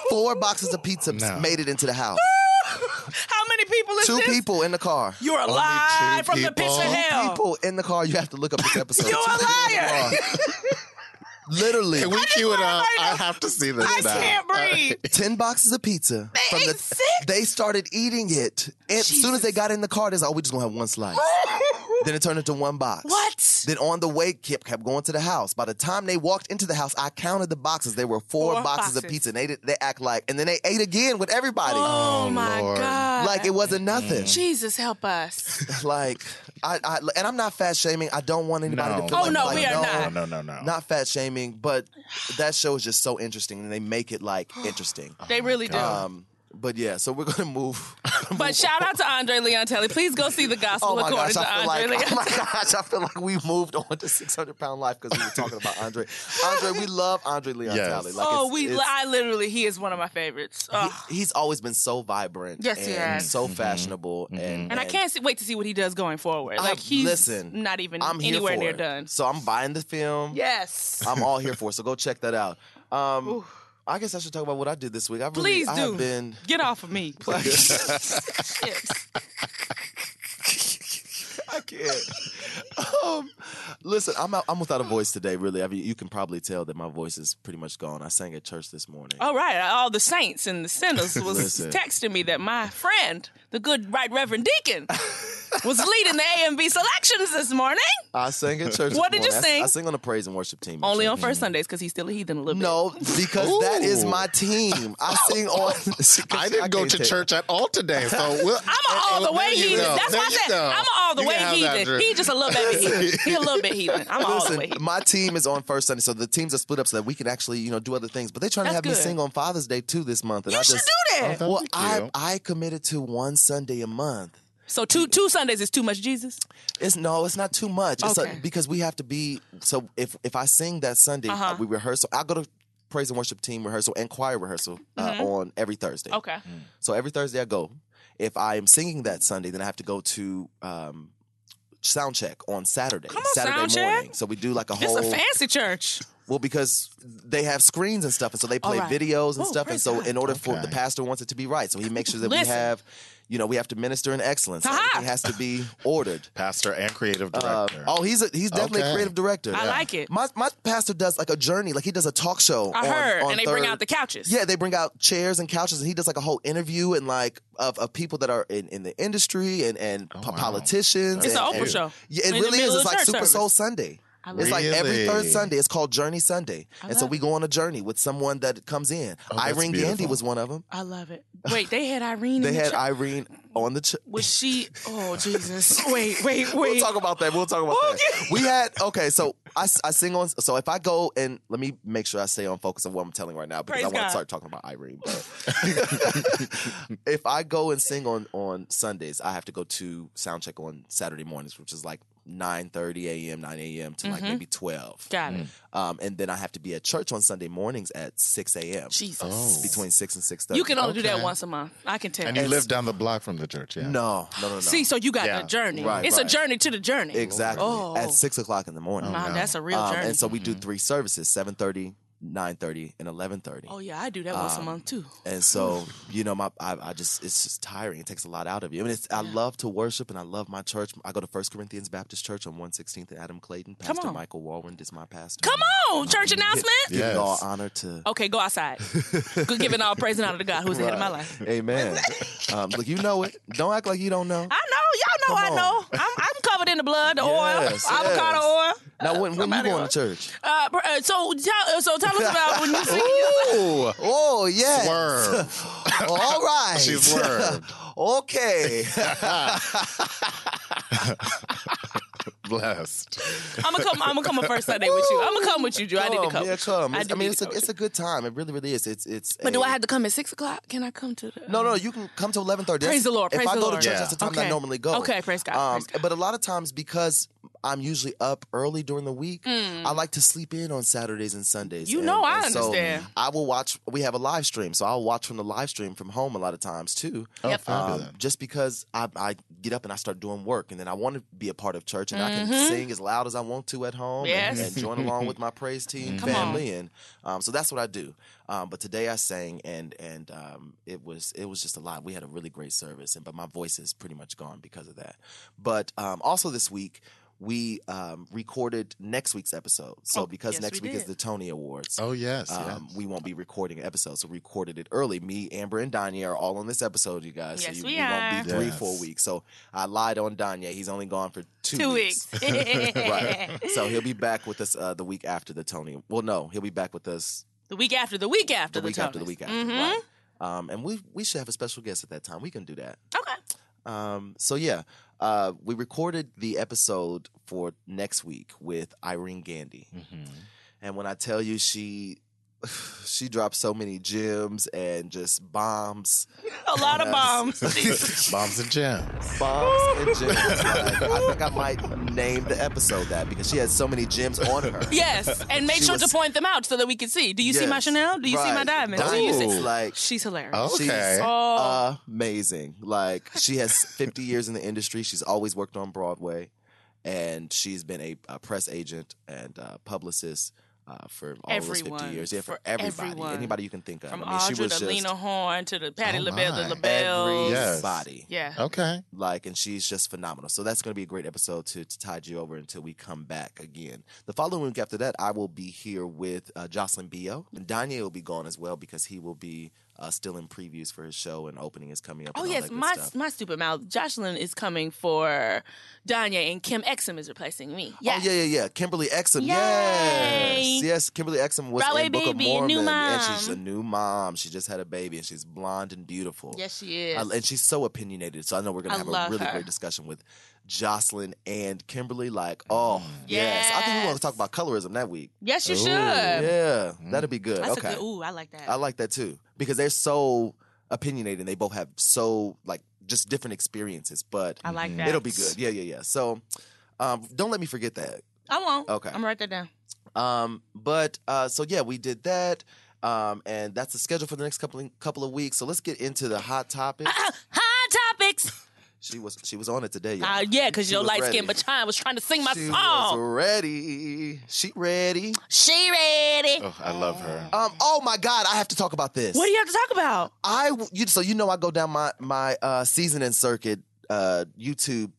S1: Four boxes of pizza
S2: No.
S1: made it into the
S2: *laughs*
S1: house.
S3: *laughs* How many people is
S1: Two
S3: this?
S1: people in the car.
S3: You're a
S2: Only
S3: lie
S2: two
S3: from the pits
S2: people.
S3: of
S2: Two
S3: hell.
S1: People in the car. You have to look
S3: *laughs*
S1: up this episode.
S3: You're a liar.
S1: Literally,
S2: Can we cue it
S3: wanna
S2: up?
S3: find
S2: I
S3: out-
S2: have to see this
S3: I
S2: now.
S3: can't breathe.
S1: *laughs* 10 boxes of pizza. They
S3: ate six?
S1: They started eating it. And as soon as they got in the car, they said, oh, we just going to have one slice. then it turned into one box.
S3: What?
S1: Then on the way, kept, kept going to the house. By the time they walked into the house, I counted the boxes. There were four,
S3: Four
S1: boxes, of
S3: boxes.
S1: pizza. And they, did- they act like, and then they ate again with everybody.
S3: Oh my
S2: Lord.
S3: God.
S1: Like it wasn't nothing.
S3: Jesus help us.
S1: Like I, I, and I'm not fat shaming. I don't want anybody
S2: No.
S1: to feel
S3: Oh,
S1: like,
S3: no,
S1: like,
S3: we are
S1: no,
S3: not.
S2: No, no, no, no.
S1: not fat shaming.
S3: *sighs*
S1: But that show is just so interesting, and they make it like interesting.
S3: They really do.
S1: Um, but yeah, so we're gonna move. *laughs*
S3: But shout out to Andre Leontelli. Please go see the gospel
S1: Oh my
S3: according
S1: gosh,
S3: to
S1: I feel *laughs*
S3: Andre
S1: like
S3: Leontelli.
S1: oh my gosh, I feel like we moved on to 600 pound life because we were talking about Andre. Andre, we love Andre Leon
S2: Yes.
S1: Talley. Like
S3: oh,
S1: it's-
S3: we
S1: it's-
S3: I literally he is one of my favorites. Ugh.
S1: he- he's always been so vibrant.
S3: Yes, he
S1: and
S3: has.
S1: so fashionable, and,
S3: and I can't see, wait to see what he does going forward.
S1: I'm-
S3: Like he's
S1: listen,
S3: not even
S1: I'm here
S3: anywhere
S1: for
S3: near
S1: it.
S3: done.
S1: So I'm buying the film.
S3: Yes.
S1: I'm all here for it. So go check that out. Um, I guess I should talk about what I did this week. I really,
S3: Please
S1: I
S3: do.
S1: have
S3: *laughs*
S1: been.
S3: Get off of me. Please. Shit.
S1: can't. Um, listen, I'm out, I'm without a voice today. Really, I mean, you can probably tell that my voice is pretty much gone. I sang at church this morning.
S3: All right, all the saints and the sinners was
S1: Listen.
S3: texting me that my friend, the good right Reverend
S1: *laughs*
S3: Deacon, was leading the A and B selections this morning.
S1: I sang at church.
S3: *laughs* What
S1: this
S3: did you
S1: morning. I-
S3: sing?
S1: I, sing on the praise and worship team.
S3: Only
S1: actually.
S3: on first Sundays because he's still a heathen a little
S1: No, because that is my team. I sing *laughs*
S3: *laughs*
S1: on.
S2: I didn't go
S1: can't
S2: to
S1: take-
S2: church at all today, so
S1: *laughs*
S2: we'll, oh,
S3: bit. I'm a all the way heathen. That's why I said I'm a all the way heathen. He just a little
S1: *laughs*
S3: bit heathen. He a little bit heathen. I'm a all the way
S1: Listen,
S3: heathen.
S1: my team is on first Sunday, so the teams are split up so that we can actually, you know, do other things. But they're trying
S3: That's
S1: to have me
S3: good.
S1: sing on Father's Day too this month. And
S3: You
S1: I
S3: should
S1: just,
S3: do that.
S2: Oh,
S1: Well,
S2: that'd be
S1: I
S2: cute.
S1: I committed to one Sunday a month.
S3: So two two Sundays is too much Jesus.
S1: It's no, it's not too much. It's a-
S3: Okay.
S1: because we have to be so if if I sing that Sunday,
S3: Uh-huh.
S1: uh we rehearse. I go to praise and worship team rehearsal and choir rehearsal uh, on every Thursday.
S3: Mm-hmm. Okay.
S1: So every Thursday I go. If I am singing that Sunday, then I have to go to um, sound check on Saturday.
S3: Come on,
S1: Saturday
S3: sound check.
S1: morning. So we do like a
S3: This is
S1: whole
S3: a fancy church.
S1: well because they have screens and stuff, and so they play
S3: right.
S1: videos and
S3: Oh,
S1: stuff, and
S3: praise
S1: so
S3: God.
S1: in order for
S2: Okay.
S1: the pastor wants it to be right, so he makes sure that we
S3: Listen.
S1: have. You know, we have to minister in excellence. so
S3: Ha-ha.
S1: Everything has to be ordered.
S2: Pastor and creative
S1: Uh,
S2: director.
S1: oh, he's a, he's definitely a
S2: Okay.
S1: creative director.
S3: I like it.
S1: My my pastor does like a journey, like he does a talk show.
S3: I
S1: on-
S3: heard,
S1: on
S3: and they bring
S1: Thurs-
S3: out the couches.
S1: Yeah, they bring out chairs and couches, and he does like a whole interview and like of, of people that are in, in the industry and and po-
S2: Oh, wow.
S1: politicians.
S3: It's
S1: and,
S3: an Oprah
S1: and-
S3: show.
S1: Yeah, it
S3: In the
S1: really is.
S3: middle
S1: It's
S3: of
S1: like
S3: church
S1: Super
S3: service.
S1: Soul Sunday. It's like every
S2: Really?
S1: third Sunday. It's called Journey Sunday, and so
S3: love
S1: we go on a journey with someone that comes in.
S2: Oh, that's
S1: Irene Gandy
S2: beautiful.
S1: was one of them.
S3: I love it. Wait, they had Irene.
S1: They
S3: in the
S1: had
S3: church.
S1: Irene on the. Ch-
S3: Was she? Oh
S1: *laughs*
S3: Jesus! Wait, wait, wait.
S1: We'll talk about that. We'll talk about that. We had okay. So I, I sing on. So if I go and let me make sure I stay on focus of what I'm telling right now because
S3: Praise
S1: I want
S3: God.
S1: to start talking about Irene. But *laughs* if I go and sing on on Sundays, I have to go to sound check on Saturday mornings, which is like 9:30 a.m., 9 a.m. to like maybe 12.
S3: Mm-hmm. Got it.
S1: Um, and then I have to be at church on Sunday mornings at 6 a.m.
S3: Jesus.
S1: between 6 and 6:30.
S3: You can only do that
S2: Okay.
S3: once a month. I can tell.
S2: and you live down the block from the church, yeah?
S1: no, no, no, no.
S3: See, so you got
S2: Yeah.
S3: the journey.
S1: Right,
S3: it's a
S1: right.
S3: journey to the journey.
S1: exactly
S3: Oh.
S1: at six o'clock in the morning.
S3: Wow, that's a real
S1: Um,
S3: journey.
S1: and so we do three services 7.30 9.30 and 11.30
S3: oh yeah, I do that
S1: Um,
S3: once a month too.
S1: and so you know my I, I just it's just tiring it takes a lot out of you I mean, it's, i love to worship and i love my church i go to first corinthians baptist church on 116th and adam clayton pastor
S3: on.
S1: michael warren is my pastor
S3: Come
S1: *laughs*
S3: on, church announcement. Oh.
S1: giving
S2: Yes.
S1: all honor to
S3: Okay, go
S1: *laughs*
S3: outside. Good giving all praise and honor to God who's ahead of my life.
S1: amen
S3: *laughs*
S1: um, look you know it don't act like you don't know
S3: I know, y'all know I
S1: Come
S3: know. I'm, I'm covered in the blood, the
S1: Yes,
S3: oil, avocado
S1: yes.
S3: oil.
S1: now when, when you
S3: Somebody
S1: going
S3: else.
S1: to church
S3: Uh, pr- uh, so tell, so tell us about when you sing.
S2: Ooh,
S1: oh yeah
S2: swerve.
S1: *laughs* all right
S2: She swerved.
S1: *laughs* okay
S2: Blessed.
S3: I'm gonna come. I'm gonna come on first Sunday with you. I'm gonna come with you, Drew. I need to
S1: come
S3: come.
S1: yeah come
S3: I,
S1: It's- I,
S3: do
S1: mean
S3: need
S1: it's
S3: to
S1: a,
S3: come with
S1: it's a good time it really really is it's it's
S3: But do
S1: a-
S3: I have to come at six o'clock? Can I come to the?
S1: No, no, you can come till eleven thirty.
S3: Praise the Lord,
S1: If
S3: praise
S1: I
S3: the
S1: go
S3: Lord.
S1: to church,
S2: Yeah.
S1: that's the time
S3: Okay.
S1: I normally go.
S3: Okay, praise God,
S1: Um,
S3: praise God.
S1: But a lot of times because I'm usually up early during the week, I like to sleep in on Saturdays and Sundays.
S3: Hmm. You
S1: And-
S3: know I
S1: and so
S3: understand.
S1: I will watch. We have a live stream, so I'll watch from the live stream from home a lot of times too.
S2: Oh,
S3: Yep.
S2: fabulous.
S1: Um, just because I, I get up and I start doing work, and then I want to be a part of church, and I can sing as loud as I want to at home, and,
S3: Mm-hmm. Yes.
S1: and join along with my praise team
S3: Come
S1: family, and um, so that's what I do. Um, but today I sang, and and um, it was it was just a lot. We had a really great service, and but my voice is pretty much gone because of that. But um, also this week. We um, recorded next week's episode, so
S3: Oh,
S1: because
S3: yes,
S1: next
S3: we
S1: week is
S3: did.
S1: the Tony Awards.
S2: oh, yes.
S1: Um,
S2: yes.
S1: We won't be recording episodes, so we recorded it early. Me, Amber, and Danya are all on this episode, you guys.
S3: Yes,
S1: so you,
S3: we
S1: won't be
S2: are.
S1: three,
S2: Yes.
S1: four weeks. So I lied on Danya. He's only gone for two,
S3: two
S1: weeks.
S3: weeks. *laughs* right.
S1: so he'll be back with us uh, the week after the Tony. Well, no, he'll be back with us
S3: The week after. The week after.
S1: the, week after the
S3: Tonys.
S1: week after.
S3: Mhm.
S1: Right. Um, and we we should have a special guest at that time. We can do that.
S3: Okay.
S1: Um, so yeah, uh, we recorded the episode for next week with Irene Gandy, and when I tell you she. *sighs* She dropped so many gems and just bombs,
S3: A lot
S1: *laughs*
S3: of bombs.
S2: Bombs and gems.
S1: bombs and gems. Like, I think I might name the episode that because she had so many gems on her.
S3: yes, and make
S1: She
S3: sure
S1: was-
S3: to point them out so that we can see. Do you see my
S1: Yes.
S3: Chanel? Do you see my
S1: Right.
S3: diamonds? Do you see?
S1: Diamonds, like
S3: She's hilarious.
S2: Okay.
S1: She's
S3: Oh.
S1: amazing. Like she has 50 years in the industry. She's always worked on Broadway, and she's been a, a press agent and uh, publicist. uh, for all those 50
S3: Everyone.
S1: years. Yeah, for,
S3: For
S1: everybody.
S3: everyone.
S1: Anybody you can think of.
S3: From
S1: I mean, she
S3: Audra
S1: was
S3: to
S1: just
S3: Lena Horne to the Patty
S2: Oh,
S3: LaBelle,
S2: my.
S3: the LaBelle.
S2: Yes.
S1: everybody.
S3: Yeah.
S2: Okay.
S1: Like, and she's just phenomenal. So that's going to be a great episode to, to tide you over until we come back again. The following week after that, I will be here with uh, Jocelyn Bio. And Danye will be gone as well because he will be uh, still in previews for his show and opening is coming up.
S3: Oh
S1: and all
S3: yes,
S1: that good
S3: my
S1: stuff.
S3: my stupid mouth. Jocelyn is coming for Danya, and Kim Exum is replacing me. Yes.
S1: Oh yeah, yeah, yeah. Kimberly Exum.
S3: Yay.
S1: Yes, yes. Kimberly Exum was
S3: Broadway
S1: in Book
S3: baby,
S1: of Mormon,
S3: new
S1: and she's
S3: mom.
S1: a new mom. She just had a baby, and she's blonde and beautiful.
S3: Yes, she is.
S1: I- and she's so opinionated. So I know we're
S3: I
S1: gonna have a
S3: love
S1: really
S3: her.
S1: great discussion with Jocelyn and Kimberly. Like, oh yes, I think we want
S3: Mm. Yes.
S1: to talk about colorism that week.
S3: yes, you should.
S1: Yeah, that'd be good.
S3: That's
S1: okay,
S3: a good. Ooh, I like that.
S1: I like that too because they're so opinionated. and They both have so like just different experiences, but
S3: I like that.
S1: it'll be good. Yeah, yeah, yeah. So. Um, don't let me forget that.
S3: I won't.
S1: Okay.
S3: I'm gonna write that down. *laughs*
S1: Um, but uh, so yeah, we did that, um, and that's the schedule for the next couple couple of weeks. So let's get into the hot topic.
S3: Ah! Hot
S1: *laughs*
S3: topics.
S1: she was she was on it today, y'all.
S3: Uh, yeah, because
S1: She
S3: your
S1: was
S3: light skinned
S1: ready.
S3: baton was trying to sing my
S1: she was
S3: song.
S1: ready. She ready.
S3: She ready.
S2: Oh, I love her.
S1: Um. Oh my God, I have to talk about this.
S3: What do you have to talk about?
S1: I w- you so you know I go down my my uh, season and circuit uh YouTube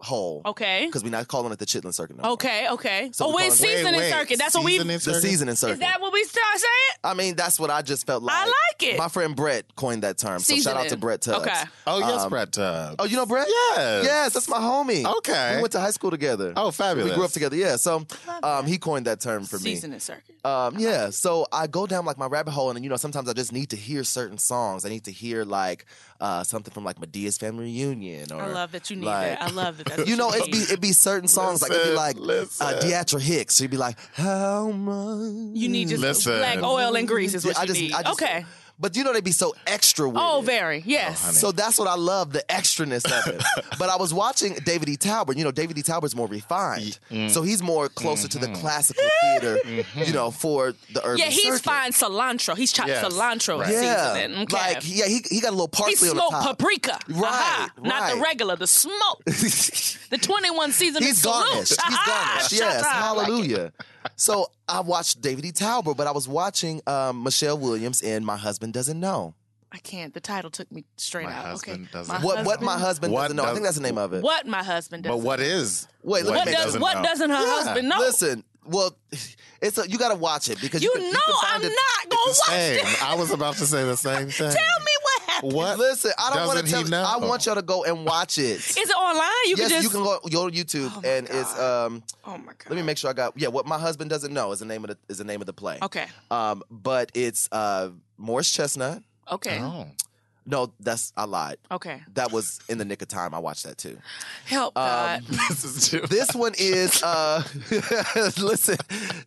S1: hole.
S3: Okay.
S1: Because we're not calling it the Chitlin circuit. No more.
S3: Okay. Okay.
S1: So
S3: oh,
S1: we
S3: wait,
S1: call it- Wait,
S3: season and circuit. That's what we.
S2: Season and
S1: The
S2: circuit?
S1: season and circuit.
S3: Is that what we start saying?
S1: I mean, that's what I just felt like.
S3: I like it.
S1: My friend Brett coined that term. So shout out to
S3: Seasoning.
S1: Brett Tubbs.
S3: Okay.
S2: Oh yes,
S1: Um,
S2: Brett Tubbs.
S1: Oh, you know Brett?
S2: Yes.
S1: Yes, that's my homie.
S2: Okay.
S1: We went to high school together.
S2: Oh, fabulous.
S1: We grew up together. Yeah. So um, he coined that term for me.
S3: Season and circuit.
S1: Um, yeah. So I go down like my rabbit hole, and you know, sometimes I just need to hear certain songs. I need to hear like uh, something from like Medea's Family Reunion. Or,
S3: I love that you need
S1: like-
S3: that. I love that. That's
S1: *laughs*
S3: what
S1: You know, it'd be
S3: need.
S1: it'd be
S2: *laughs*
S1: certain songs like it'd be like
S2: Listen,
S1: uh,
S2: listen.
S1: Deatra Hicks. She'd be like, "How much?"
S3: You need just
S2: Listen.
S3: black oil and grease is what
S1: Yeah,
S3: you need. okay.
S1: But you know, they'd be so extra with
S3: Oh,
S1: it.
S3: very. Yes.
S1: So that's what I love, the extraness of *laughs* it. but I was watching David E. Talbert. You know, David E. Talbert's more refined. So he's more closer to the classical theater, you know, for the urban
S3: yeah, he's
S1: circuit.
S3: fine cilantro. He's chopped
S2: Yes.
S3: cilantro
S2: Right.
S1: Yeah.
S3: seasoning. Okay.
S1: Like, yeah, he, he got a little
S3: he
S1: parsley on the
S3: smoked
S1: top.
S3: paprika.
S1: Right,
S3: Aha. Not the
S1: right.
S3: regular, the smoke. the 21
S1: *laughs*
S3: season
S1: He's garnished. He's garnished. yes. Hallelujah. so I watched David E. Talbert, but I was watching um, Michelle Williams in My Husband Doesn't Know.
S3: I can't. The title took me straight
S2: My
S3: out.
S2: husband
S3: okay.
S2: doesn't-
S3: My
S1: What, what
S3: husband-
S1: My Husband
S2: What
S1: Doesn't Know. I
S2: does-
S1: think that's the name of it.
S3: What my husband does.
S2: But what is?
S1: Wait, let
S3: what
S1: me-
S3: does
S1: doesn't
S3: what doesn't *laughs* her husband know?
S1: Listen, well, *sighs* it's a, you got to watch it because you,
S3: you
S1: can- you
S3: know
S1: can
S3: I'm
S1: find it-
S3: not gonna watch
S2: Same.
S3: it.
S2: I was about to say the *laughs* same
S3: *laughs* Tell
S2: thing.
S3: me what happened.
S2: what.
S1: Listen, I don't want
S2: doesn't
S1: to
S2: he
S1: tell. you.
S2: know?
S1: I want y'all to go and watch
S3: *laughs*
S1: it.
S3: Is it online? You
S1: yes,
S3: can just
S1: you can go, go to YouTube and it's um.
S3: Oh my god.
S1: Let me make sure I got yeah. What my husband doesn't know is the name of the is the name of the play.
S3: Okay.
S1: Um, but it's uh Morris Chestnut.
S3: Okay.
S1: Uh-huh.
S2: Oh.
S1: No, that's I lied.
S3: Okay.
S1: That was in the nick of time. I watched that too.
S3: Help
S1: Um, *laughs*
S3: God.
S2: *laughs* This is too. *laughs*
S1: This one is uh. *laughs* listen,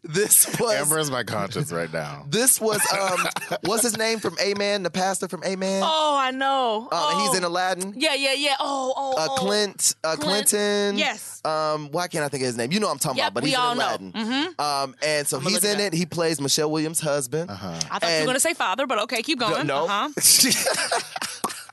S1: this was
S2: Amber is my conscience right *laughs* now.
S1: This was um. what's his name from A Man? The pastor from A Man.
S3: oh, I know.
S1: Uh,
S3: oh.
S1: He's in Aladdin.
S3: Yeah, yeah, yeah. Oh, oh,
S1: uh,
S3: oh.
S1: Clint, uh,
S3: Clint.
S1: Clinton.
S3: Yes.
S1: Um, why can't I think of his name? You know what I'm talking
S3: Yep,
S1: about, but
S3: we
S1: he's
S3: all
S1: in
S3: know. Mm-hmm.
S1: Aladdin. Um, and so
S3: I'ma
S1: he's
S3: look
S1: in
S3: it
S1: it.
S3: up.
S1: He plays Michelle Williams' husband. Uh-huh.
S3: I thought you were
S1: and-
S3: gonna say father, but okay, keep going.
S1: No.
S3: Uh-huh.
S1: *laughs*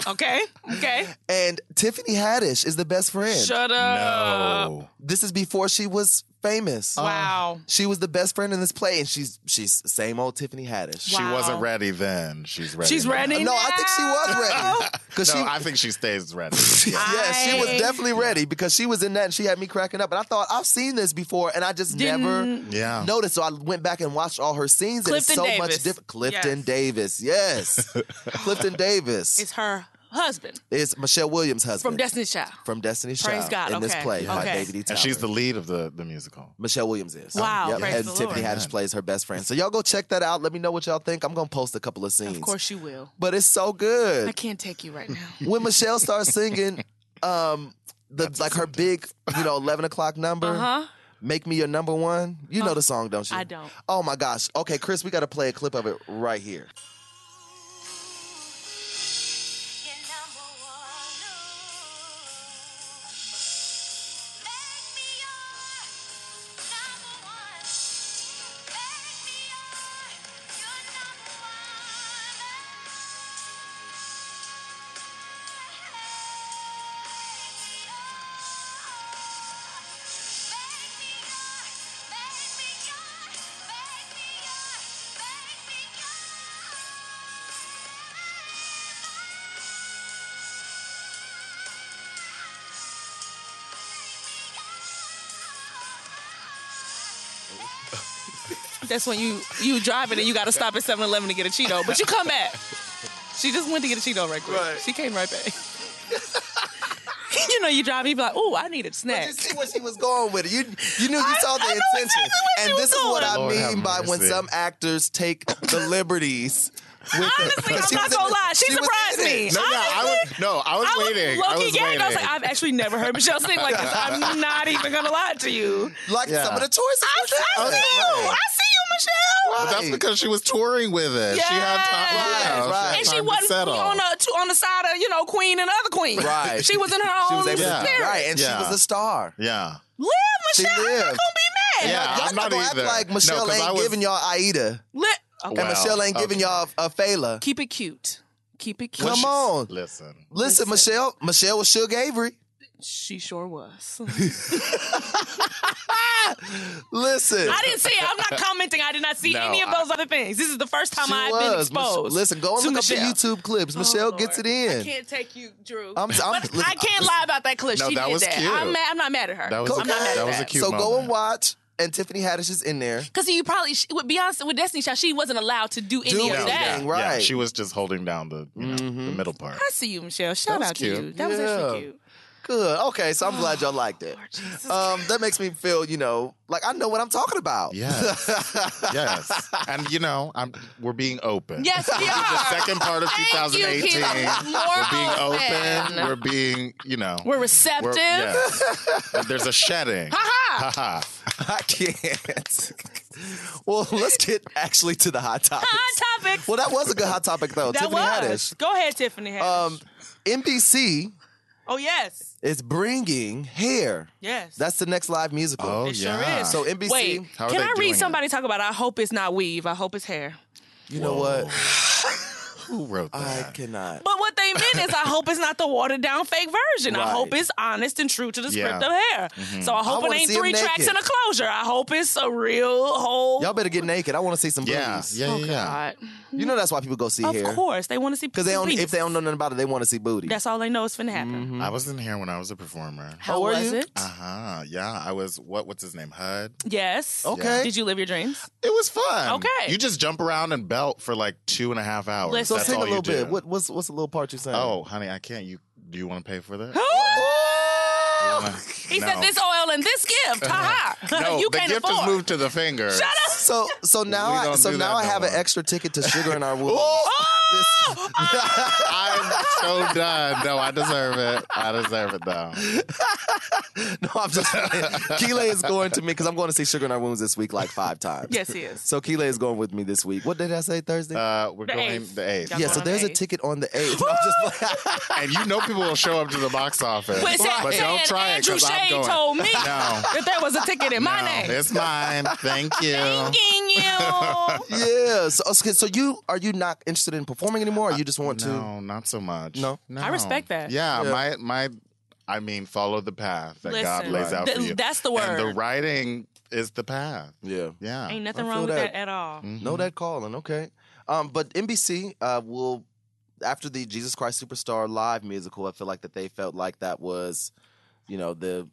S3: Okay. Okay.
S1: and Tiffany Haddish is the best friend.
S3: Shut up.
S2: Oh.
S1: This is before she was famous.
S3: Wow.
S1: She was the best friend in this play, and she's she's same old Tiffany Haddish.
S2: She
S3: Wow.
S2: wasn't ready then. She's ready.
S3: She's
S2: now.
S3: ready.
S1: No, I think she was *laughs* ready because
S2: No,
S1: she.
S2: I think she stays *laughs* ready.
S1: yeah, she was
S3: I-
S1: definitely ready because she was in that and she had me cracking up. And I thought, I've seen this before and I just never
S2: Yeah.
S1: noticed. So I went back and watched all her scenes
S3: Clifton
S1: and it's so much
S3: Davis.
S1: different. Clifton
S3: Yes.
S1: Davis,
S2: *laughs*
S1: yes. Clifton Davis
S3: It's her husband
S1: is Michelle Williams' husband
S3: from Destiny's Child.
S1: from Destiny's
S3: Praise
S1: Child
S3: God,
S1: in this
S3: okay,
S1: play by
S3: okay.
S1: David E.
S2: And
S1: Talbert.
S2: she's the lead of the, the musical.
S1: Michelle Williams is.
S3: Wow,
S1: Yep.
S3: praise
S1: And
S3: the
S1: Tiffany
S3: Lord.
S1: Haddish plays her best friend. So y'all go check that out. Let me know what y'all think. I'm going to post a couple of scenes.
S3: Of course you will.
S1: But it's so
S3: I
S1: good.
S3: can't take you right now.
S1: When Michelle starts singing, um, the, like her big, you know, 11 o'clock number.
S3: Huh?
S1: Make Me Your Number One. You know the song, don't you?
S3: Uh-huh. Uh, I don't.
S1: Oh my gosh. Okay, Chris, we got to play a clip of it right here.
S4: Make me your, make me your, make
S3: That's when you you driving and you got to stop at 7-Eleven to get a Cheeto, but you come back. She just went to get a Cheeto right quick.
S1: Right.
S3: She came right back. *laughs* you know, you drive, you be like, "Ooh, I need a snack."
S1: You see where she was going with it. You you knew you
S3: I-
S1: saw the
S3: I know
S1: intention.
S3: exactly where she
S1: and
S3: was
S1: this is what
S3: going.
S1: I
S2: Lord have
S1: mean by when
S2: mercy.
S1: some actors take
S3: *laughs*
S1: the liberties. With
S3: Honestly, I'm not gonna lie. She, surprised me.
S2: No, no, I was no, I was waiting. I
S3: low-key
S2: was
S3: gagged.
S2: waiting.
S3: I was like, I've actually never heard Michelle sing like this. I'm not even gonna lie to you.
S1: Like
S2: Yeah.
S1: some of the choices.
S3: I, I see
S1: you said.
S3: you. I see you, Michelle.
S2: But that's
S1: Right.
S2: because she was touring with it. She had time.
S3: Yes.
S2: yeah,
S1: Right,
S2: had
S3: and she
S2: time to
S3: wasn't
S2: settle.
S3: on the to- on the side of you know queen and other queen.
S1: Right.
S3: She was in her
S1: She
S3: own
S1: was able
S2: Yeah.
S1: to
S3: spirit.
S1: right, and
S2: Yeah.
S1: she was a star.
S2: Yeah.
S3: Live,
S1: She
S3: Michelle. I'm not
S1: lived.
S3: gonna be mad.
S2: Yeah,
S1: y'all
S2: I'm not
S1: gonna
S2: either.
S1: act like
S2: No,
S1: Michelle
S2: 'cause I
S1: ain't
S2: was-
S1: giving y'all Aida,
S3: Lit. Okay.
S2: Wow.
S1: and Michelle ain't giving
S2: Okay.
S1: y'all a Fela.
S3: oh, Keep it cute. Keep it cute.
S1: Come
S2: She-
S1: on.
S2: Listen.
S1: Listen, Michelle. Michelle was Suge Avery.
S3: She sure was.
S1: Listen,
S3: I didn't see it. I'm not commenting. I did not see
S2: No,
S3: any of
S2: I-
S3: those other things. This is the first time
S1: She
S3: I've
S1: was.
S3: been
S1: Mich-
S3: exposed.
S1: Listen, go and
S3: to
S1: look up the
S3: Michelle.
S1: YouTube clips. Michelle
S3: Oh,
S1: gets it
S3: Lord. I
S1: in.
S3: can't take you, Drew.
S1: I'm- I'm-
S3: but
S1: listen,
S3: I can't lie about that clip.
S2: No,
S3: she
S2: that
S3: did
S2: was
S3: that.
S2: cute.
S3: I'm mad. I'm not mad at her.
S2: That was
S3: I'm not
S2: okay.
S3: mad at
S2: That was a
S3: that.
S2: cute
S1: so go
S2: moment.
S1: and watch. And Tiffany Haddish is in there.
S3: Because you probably she, with Beyonce with Destiny Child, she wasn't allowed to do any
S1: Do
S3: of
S1: anything,
S3: that.
S1: right?
S2: Yeah, she was just holding down the you know, the middle part.
S3: I see you, Michelle. Shout
S2: was
S3: out to
S2: cute.
S3: you. That was
S1: Yeah.
S3: actually cute.
S1: Good. Okay, so I'm glad y'all liked it.
S3: Oh, Jesus
S1: Um, that makes me feel, you know, like I know what I'm talking about.
S2: Yes.
S3: *laughs*
S2: yes. And you know, I'm we're being open.
S3: Yes, we
S2: The
S3: are.
S2: second part of
S3: Thank you,
S2: 2018.
S3: Keith.
S2: We're being
S3: More
S2: open. We're being, you know.
S3: We're receptive.
S2: yes. But There's a shedding.
S3: Ha
S2: Ha ha.
S1: *laughs* I can't. *laughs* well, let's get actually to the hot topics.
S3: Hot topics.
S1: Well, that was a good hot topic though.
S3: that
S1: Tiffany
S3: was. Go ahead, Tiffany Haddish.
S1: Haddish. Um, NBC
S3: oh yes,
S1: is bringing Hair.
S3: yes.
S1: That's the next live musical.
S2: Oh
S3: It sure
S2: yeah.
S3: is.
S1: So NBC,
S3: Wait,
S2: How are
S3: can
S2: they
S3: I
S2: doing
S3: read
S2: it?
S3: somebody talk about? I hope it's not weave. I hope it's hair.
S1: you know what?
S2: Who wrote
S1: I
S2: that?
S1: cannot.
S3: But what they meant is, I hope it's not the watered down fake version. I
S1: Right.
S3: hope it's honest and true to the script
S2: Yeah. Mm-hmm.
S3: of hair. So I hope
S1: I
S3: it
S1: wanna
S3: ain't
S1: see 'em
S3: three tracks
S1: naked.
S3: and a closure. I hope it's a real whole.
S1: Y'all better get naked. I want to see some
S2: Yeah.
S1: booties.
S3: Oh,
S2: Yeah. Yeah. yeah.
S3: God.
S1: You know that's why people go see
S3: Of
S1: Hair.
S3: course, they want to see
S1: Because they don't,
S3: penis.
S1: if they don't know nothing about it, they want to see booty.
S3: That's all they know is finna happen.
S2: I was in here when I was a performer.
S3: How
S1: Oh, were
S3: was
S1: you?
S3: it?
S2: Mm-hmm. Uh huh. Yeah. I was what? What's his name? Hud.
S3: Yes.
S1: okay.
S3: Did you live your dreams?
S2: It was fun.
S3: Okay.
S2: You just jump around and belt for like two and a half hours.
S3: Listen.
S1: So
S2: That's
S1: sing a
S2: all you
S1: little
S2: do.
S1: bit. What, what's what's a little part you sang?
S2: Oh, honey, I can't. You do you want to pay
S3: *gasps*
S2: for that?
S1: Oh!
S3: He said
S2: No.
S3: this oil and this gift. Ha ha.
S2: *laughs* No,
S3: you
S2: the
S3: can't
S2: gift
S3: afford.
S2: is moved to the finger. Shut up.
S1: So so now
S2: We
S1: I,
S2: don't
S1: so
S2: do
S1: now
S2: that
S1: I
S2: no
S1: have an
S2: more.
S1: extra ticket to Sugar
S2: *laughs*
S1: in Our Womb.
S3: Oh!
S1: This-
S2: *laughs*
S1: *laughs*
S2: I'm so done. No, I deserve it. I deserve it though.
S1: no, I'm just Keeley is going to me because I'm going to see Sugar in Our Wombs this week like five times.
S3: Yes, he is.
S1: So Keeley is going with me this week. What did I say Thursday?
S2: Uh, we're
S3: The
S2: going
S3: eighth.
S2: the eighth.
S3: Y'all
S1: yeah,
S3: going
S1: so
S3: on
S1: there's
S3: the
S1: a *laughs*
S3: eighth.
S1: ticket on
S3: *laughs*
S1: the 8th. And I'm just like,
S2: and you know people will show up to the box office.
S3: But, say-
S2: But
S3: saying
S2: don't try it
S3: Andrew
S2: 'cause I'm
S3: Shade
S2: going.
S3: told
S2: *laughs*
S3: me *laughs*
S2: No.
S3: that there was a ticket in my
S2: no,
S3: name.
S2: it's uh, mine.
S3: *laughs*
S2: Thank you.
S3: Ding
S2: *laughs*
S1: *laughs*
S3: you.
S1: yeah. So, okay, so you are you not interested in performing anymore or you just want to?
S2: No, not so much.
S1: No?
S2: no.
S3: I respect that.
S2: Yeah, my my, I mean, follow the path that God
S3: Listen,
S2: lays out
S3: th-
S2: for you.
S3: that's the
S2: And the
S3: word.
S2: writing is the path.
S1: Yeah.
S2: Yeah. Mm-hmm.
S3: Ain't nothing
S1: I
S3: wrong
S1: feel
S3: with that.
S1: that. Mm,
S3: at all.
S1: Know that calling, okay. Um, but NBC uh, will after the Jesus Christ Superstar live musical, I feel like that they felt like that was, you know, the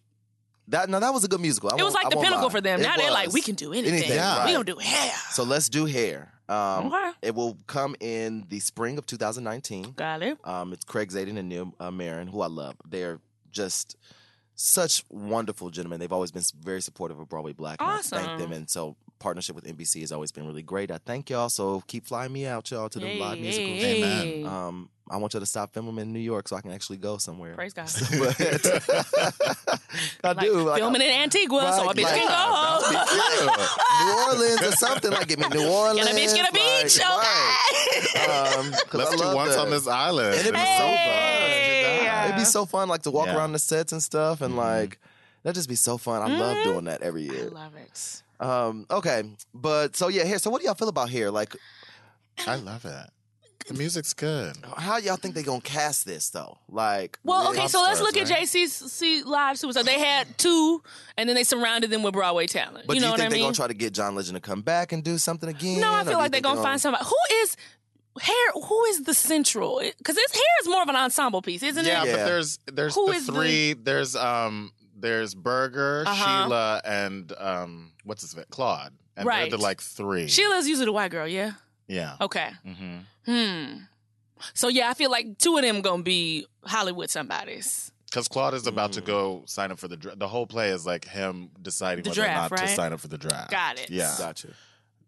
S1: that no, that was a good musical. I
S3: It was
S1: won't-
S3: like
S1: I
S3: the
S1: won't
S3: pinnacle
S1: lie.
S3: for them.
S1: It
S3: now they're
S1: was.
S3: like, we can do anything.
S1: Anything,
S2: Yeah.
S3: We
S1: right.
S3: gonna do hair.
S1: So let's do hair. Um,
S3: Okay.
S1: It will come in the spring of 2019.
S3: Got it.
S1: Um, it's Craig Zaden and Neil uh, Marin, who I love. They're just such wonderful gentlemen. They've always been s- very supportive of Broadway Black. and I
S3: Awesome.
S1: thank them. And so partnership with NBC has always been really great. I thank y'all. So keep flying me out, y'all, to the
S3: Hey,
S1: live musicals.
S3: hey,
S2: Amen.
S3: hey.
S1: Um, I want y'all to stop filming them in New York so I can actually go somewhere. *laughs*
S3: Praise God. *laughs*
S1: But- I
S3: Like,
S1: do. Like,
S3: filming in Antigua, so a
S1: Right,
S3: bitch
S1: like-
S3: can go home.
S1: New Orleans or something. Like,
S3: *laughs*
S1: give me New Orleans.
S3: Get a bitch,
S1: like,
S3: get a beach. Okay.
S1: um, 'cause
S2: Let's
S1: I
S2: do
S1: love
S2: once
S1: that.
S2: on this island.
S1: And it'd be so
S3: Hey.
S1: fun. It'd be so fun, like to walk
S2: Yeah. Mm-hmm.
S1: around the sets and stuff, and like that'd just be so fun. I love doing that every
S3: *laughs* Mm-hmm. I
S1: year.
S3: love it.
S1: Um, okay, but so yeah, here. So what do y'all feel about here? Like,
S2: I love it. The music's good.
S1: how y'all think they gonna cast this though? Like,
S3: Well,
S1: with-
S3: okay, so let's
S2: stars,
S3: look at
S2: right?
S3: JCC Live Superstar. They had two, and then they surrounded them with Broadway talent.
S1: But
S3: you
S1: do
S3: know
S1: you
S3: what
S1: think
S3: I
S1: they
S3: mean?
S1: gonna try to get John Legend to come back and do something again?
S3: no, I
S1: or do
S3: feel
S1: you
S3: like they're
S1: think
S3: gonna find somebody who is hair. Who is the central? Because his hair is more of an ensemble piece, isn't
S2: Yeah,
S3: it?
S1: Yeah.
S2: but there's there's
S3: Who
S2: the
S3: is the-
S2: three. There's um there's Burger,
S3: Uh-huh.
S2: Sheila, and um, what's his name, Claude, and
S3: Right. Oh.
S2: they're the like three.
S3: Sheila's usually the white girl, yeah.
S2: yeah.
S3: Okay.
S2: Mm-hmm.
S3: Hmm. So yeah, I feel like two of them gonna be Hollywood somebodies.
S2: Because Claude is about to go sign up for the dra The whole play is like him deciding
S3: The
S2: whether
S3: draft,
S2: or not
S3: right?
S2: to sign up for the draft.
S3: Got it.
S2: Yeah.
S1: Gotcha.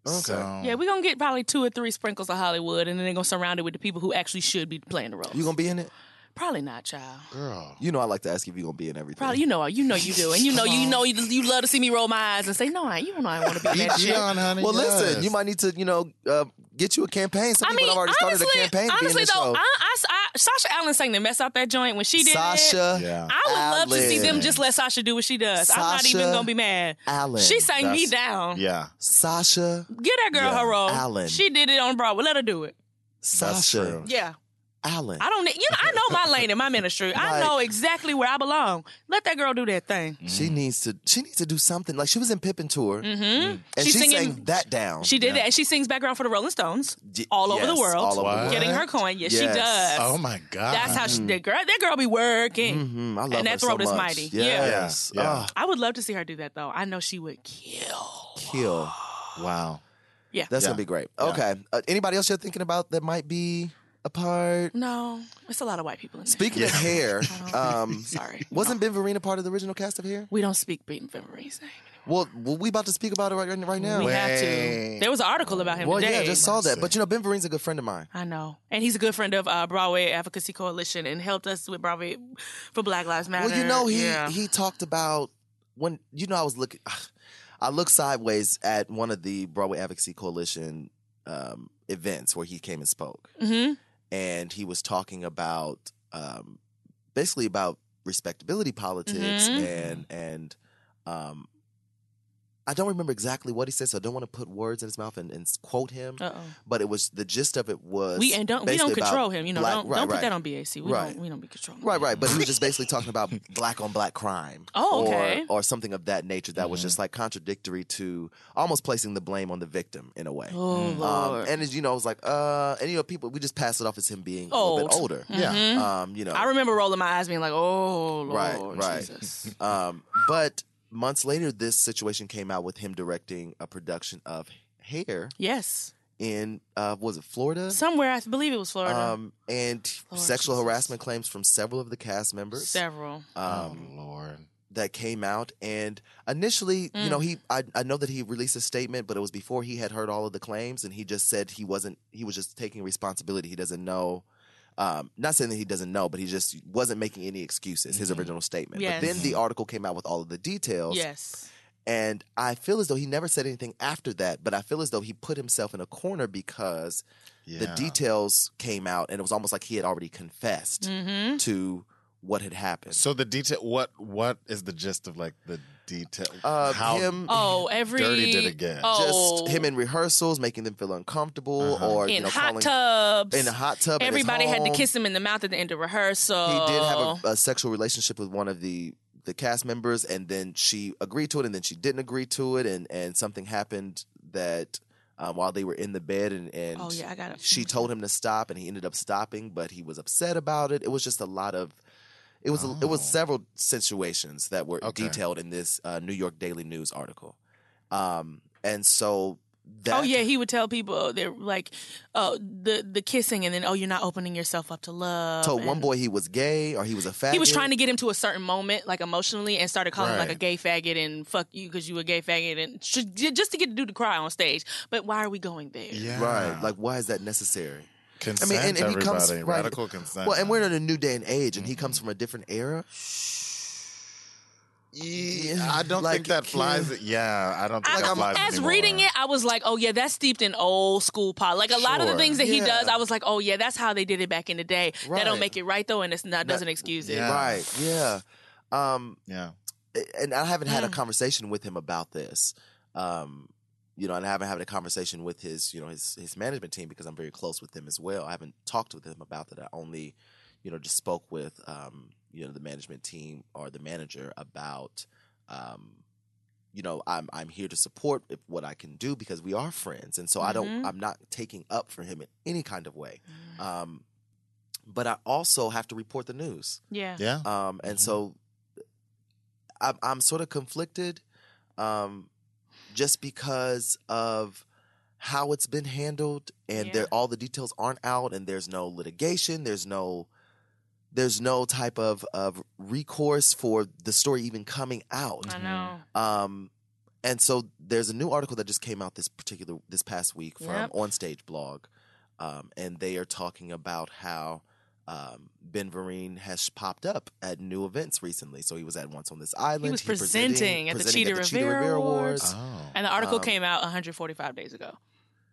S2: So-
S3: Yeah, we're gonna get probably two or three sprinkles of Hollywood, and then they're gonna surround it with the people who actually should be playing the roles.
S1: You gonna be in it?
S3: probably not, child.
S2: girl.
S1: You know I like to ask if you gonna be in everything.
S3: Probably you know you know you do, and you know you know you, you love to see me roll my eyes and say no, I you know I
S1: *laughs*
S3: want to be in that shit.
S2: Egeon, honey.
S1: Well, listen,
S2: yes.
S1: you might need to, you know, uh, get you a campaign. Some
S3: I
S1: people
S3: mean,
S1: have already
S3: honestly,
S1: started a campaign to be in
S3: honestly
S1: this
S3: though,
S1: show.
S3: I, I, I- Sasha Allen sang the mess out that joint when she did it.
S1: Sasha
S2: Yeah.
S3: I would love to see
S1: Allen.
S3: them just let Sasha do what she does. I'm not even
S1: Sasha
S3: gonna be mad.
S1: Allen.
S3: She sang me
S2: That's-
S3: down.
S2: Yeah.
S1: Sasha,
S3: Get that girl her role.
S1: Allen.
S3: She did it on Broadway. Let her do it.
S1: Sasha,
S2: true.
S3: Yeah.
S1: Allen.
S3: I don't need, you know, I know my lane in my ministry. I
S1: Like-
S3: know exactly where I belong. Let that girl do that thing.
S2: Mm.
S1: She needs to. She needs to do something. Like she was in Pippin tour,
S3: Mm-hmm.
S1: and
S3: She's
S1: she
S3: singing-
S1: sang that down.
S3: She did that. And she sings background for the Rolling Stones
S1: Ye-
S3: all over the
S1: yes,
S3: world.
S1: all over the
S2: What?
S3: Getting her
S1: world. Mm-hmm.
S3: coin. Yes, she
S1: Yes.
S3: does.
S2: Oh my god.
S3: That's how she, that girl, that girl be working.
S1: Mhm, I love
S3: And
S1: her
S3: that
S1: so
S3: throat is
S1: much.
S3: mighty. Yeah.
S1: Yes.
S2: Yeah. Yeah.
S1: Ah,
S3: I would love to see her do that though. I know she would kill.
S1: kill.
S2: Wow.
S1: That's
S2: Yeah.
S1: gonna be great. Okay. Uh, anybody else you're thinking about that might be a part?
S3: No, it's a lot of white people in there.
S1: Speaking of
S3: *laughs*
S1: hair, um,
S3: Sorry.
S1: wasn't Ben Verena part of the original cast of Hair?
S3: We don't speak Beaton February's name.
S1: Well, well, we about to speak about it right, right now.
S3: We have to.
S2: Wait.
S3: There was an article about him
S1: Well,
S3: today.
S1: yeah, I just saw that. But you know, Ben Vereen's a good friend of mine.
S3: I know. And he's a good friend of uh, Broadway Advocacy Coalition and helped us with Broadway for Black Lives Matter.
S1: Well, you know, he
S3: Yeah.
S1: he talked about when you know I was looking, I looked sideways at one of the Broadway Advocacy Coalition um, events where he came and spoke,
S3: Mhm.
S1: and he was talking about um, basically about respectability politics
S3: Mhm.
S1: and and um, I don't remember exactly what he said, so I don't want to put words in his mouth and, and quote him.
S3: Uh-oh.
S1: But it was the gist of it was
S3: Uh. We and don't we
S1: basically
S3: don't
S1: about
S3: control him. You know,
S1: black-
S3: don't,
S1: right,
S3: don't put
S1: right.
S3: that on BAC. We
S1: Right.
S3: don't we don't be controlling.
S1: Right,
S3: him.
S1: right. But he was just basically talking about black on black crime.
S3: *laughs* Oh, okay.
S1: Or, or something of that nature that was just like contradictory to almost placing the blame on the victim in a way.
S3: Oh
S1: Um,
S3: Lord.
S1: and as you know, it was like, uh, and you know, people, we just pass it off as him being a little bit
S3: Old.
S1: older.
S2: Yeah.
S1: Um, you know,
S3: Oh, mm-hmm. I remember rolling my eyes, being like, "Oh
S1: Right,
S3: Lord,
S1: right.
S3: Jesus."
S1: um, but months later, this situation came out with him directing a production of Hair
S3: yes,
S1: in, uh, was it Florida?
S3: somewhere I believe it was Florida.
S1: Um, and
S3: Lord
S1: sexual
S3: Jesus.
S1: harassment claims from several of the cast members.
S3: Several.
S1: Um,
S2: oh Lord.
S1: that came out and initially you know he I, I know that he released a statement but it was before he had heard all of the claims and he just said he wasn't he was just taking responsibility he doesn't know um, not saying that he doesn't know but he just wasn't making any excuses his original statement
S3: Yes.
S1: but then the article came out with all of the details
S3: Yes.
S1: and i feel as though he never said anything after that but i feel as though he put himself in a corner because the
S2: Yeah.
S1: details came out and it was almost like he had already confessed
S3: Mm-hmm.
S1: to what had happened
S2: So the detail. What what is the gist of like the detail?
S1: uh,
S2: how
S1: him
S3: Oh, every
S2: dirty did it get?
S3: Oh,
S1: just him in rehearsals, making them feel uncomfortable,
S2: Uh-huh.
S1: or you
S3: in
S1: know, calling,
S3: hot tubs.
S1: in a hot tub. at his
S3: Everybody had to
S1: home.
S3: kiss Oh. him in the mouth at the end of rehearsal.
S1: He did have a, a sexual relationship with one of the the cast members, and then she agreed to it, and then she didn't agree to it, and and something happened that um, while they were in the bed, and and
S3: Oh, yeah, I got it.
S1: she told him to stop, and he ended up stopping, but he was upset about it. It was just a lot of. It was a, it was
S2: Oh.
S1: several situations that were
S2: Okay.
S1: detailed in this uh, New York Daily News article, um, and so that
S3: oh yeah, he would tell people they're like, oh the the kissing, and then oh you're not opening yourself up to love.
S1: told one
S3: and-
S1: boy he was gay or he was a faggot.
S3: He was trying to get him to a certain moment, like emotionally, and started calling him like a
S2: Right.
S3: gay faggot and fuck you because you a gay faggot and sh- just to get the dude to cry on stage. But why are we going there?
S2: Yeah.
S1: right. Like, why is that necessary?
S2: consent.
S1: and- and he
S2: everybody.
S1: comes- right.
S2: Radical consent. Mm-hmm.
S1: Well, and we're in a new day and age, and he comes from a different era.
S2: Yeah, I don't
S1: Like,
S2: think that flies.
S1: yeah.
S2: Yeah, I don't think
S3: I-
S2: that flies.
S3: as
S2: anymore.
S3: reading it, I was like, oh yeah, that's steeped in old school pop. Like a lot of the
S2: Sure.
S3: things that he
S1: Yeah.
S3: does, I was like, oh yeah, that's how they did it back in the day. That don't
S1: Right.
S3: make it right though, and it's not doesn't excuse it.
S2: Yeah.
S1: Right? Yeah. Um,
S2: yeah,
S1: and I haven't had a conversation with him about this. Um, you know, and I haven't had a conversation with his, you know, his his management team because I'm very close with them as well. I haven't talked with him about that. I only, you know, just spoke with, um, you know, the management team or the manager about, um, you know, I'm I'm here to support if, what I can do because we are friends, and so I don't, I'm not taking up for him in any kind of way. Um, but I also have to report the news.
S3: Yeah. Mm-hmm.
S2: yeah.
S1: Um, and so Um, I'm, I'm sort of conflicted, um, just because of how it's been handled, and
S3: Yeah.
S1: there, all the details aren't out, and there's no litigation, there's no, there's no type of of recourse for the story even coming out.
S3: I know.
S1: Um, and so there's a new article that just came out this particular this past week from
S3: Yep.
S1: Onstage Blog, um, and they are talking about how um, Ben Vereen has popped up at new events recently. So he was at once on this island.
S3: was
S1: presenting-
S3: presenting at the Cheetah Rivera
S1: Uh,
S3: Awards.
S2: Oh.
S3: And the article
S1: Um,
S3: came out 145 days ago.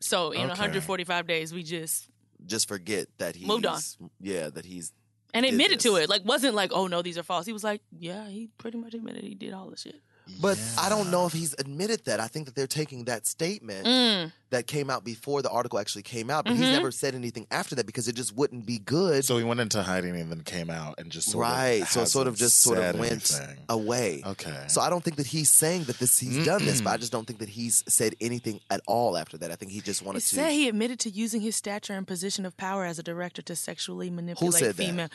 S3: So in
S2: Okay.
S3: 145 days, we just
S1: Just forget that he
S3: Moved on.
S1: Yeah, that he's
S3: and
S1: Did
S3: admitted to
S1: this.
S3: it. Like wasn't like, oh no, these are false. He was like, yeah, he pretty much admitted he did all this shit.
S1: But I don't know if he's admitted that. I think that they're taking that statement
S3: Mm.
S1: that came out before the article actually came out, but
S3: Mm-hmm.
S1: he's never said anything after that because it just wouldn't be good.
S2: So he went into hiding and then came out and just sort
S1: right.
S2: Of
S1: so it sort of
S2: hasn't
S1: just sort
S2: said
S1: of went
S2: anything.
S1: away.
S2: Okay.
S1: So I don't think that he's saying that this he's done this, but I just don't think that he's said anything at all after that. I think he just wanted
S3: It
S1: to.
S3: said he admitted to using his stature and position of power as a director to sexually manipulate
S1: said that?
S3: female.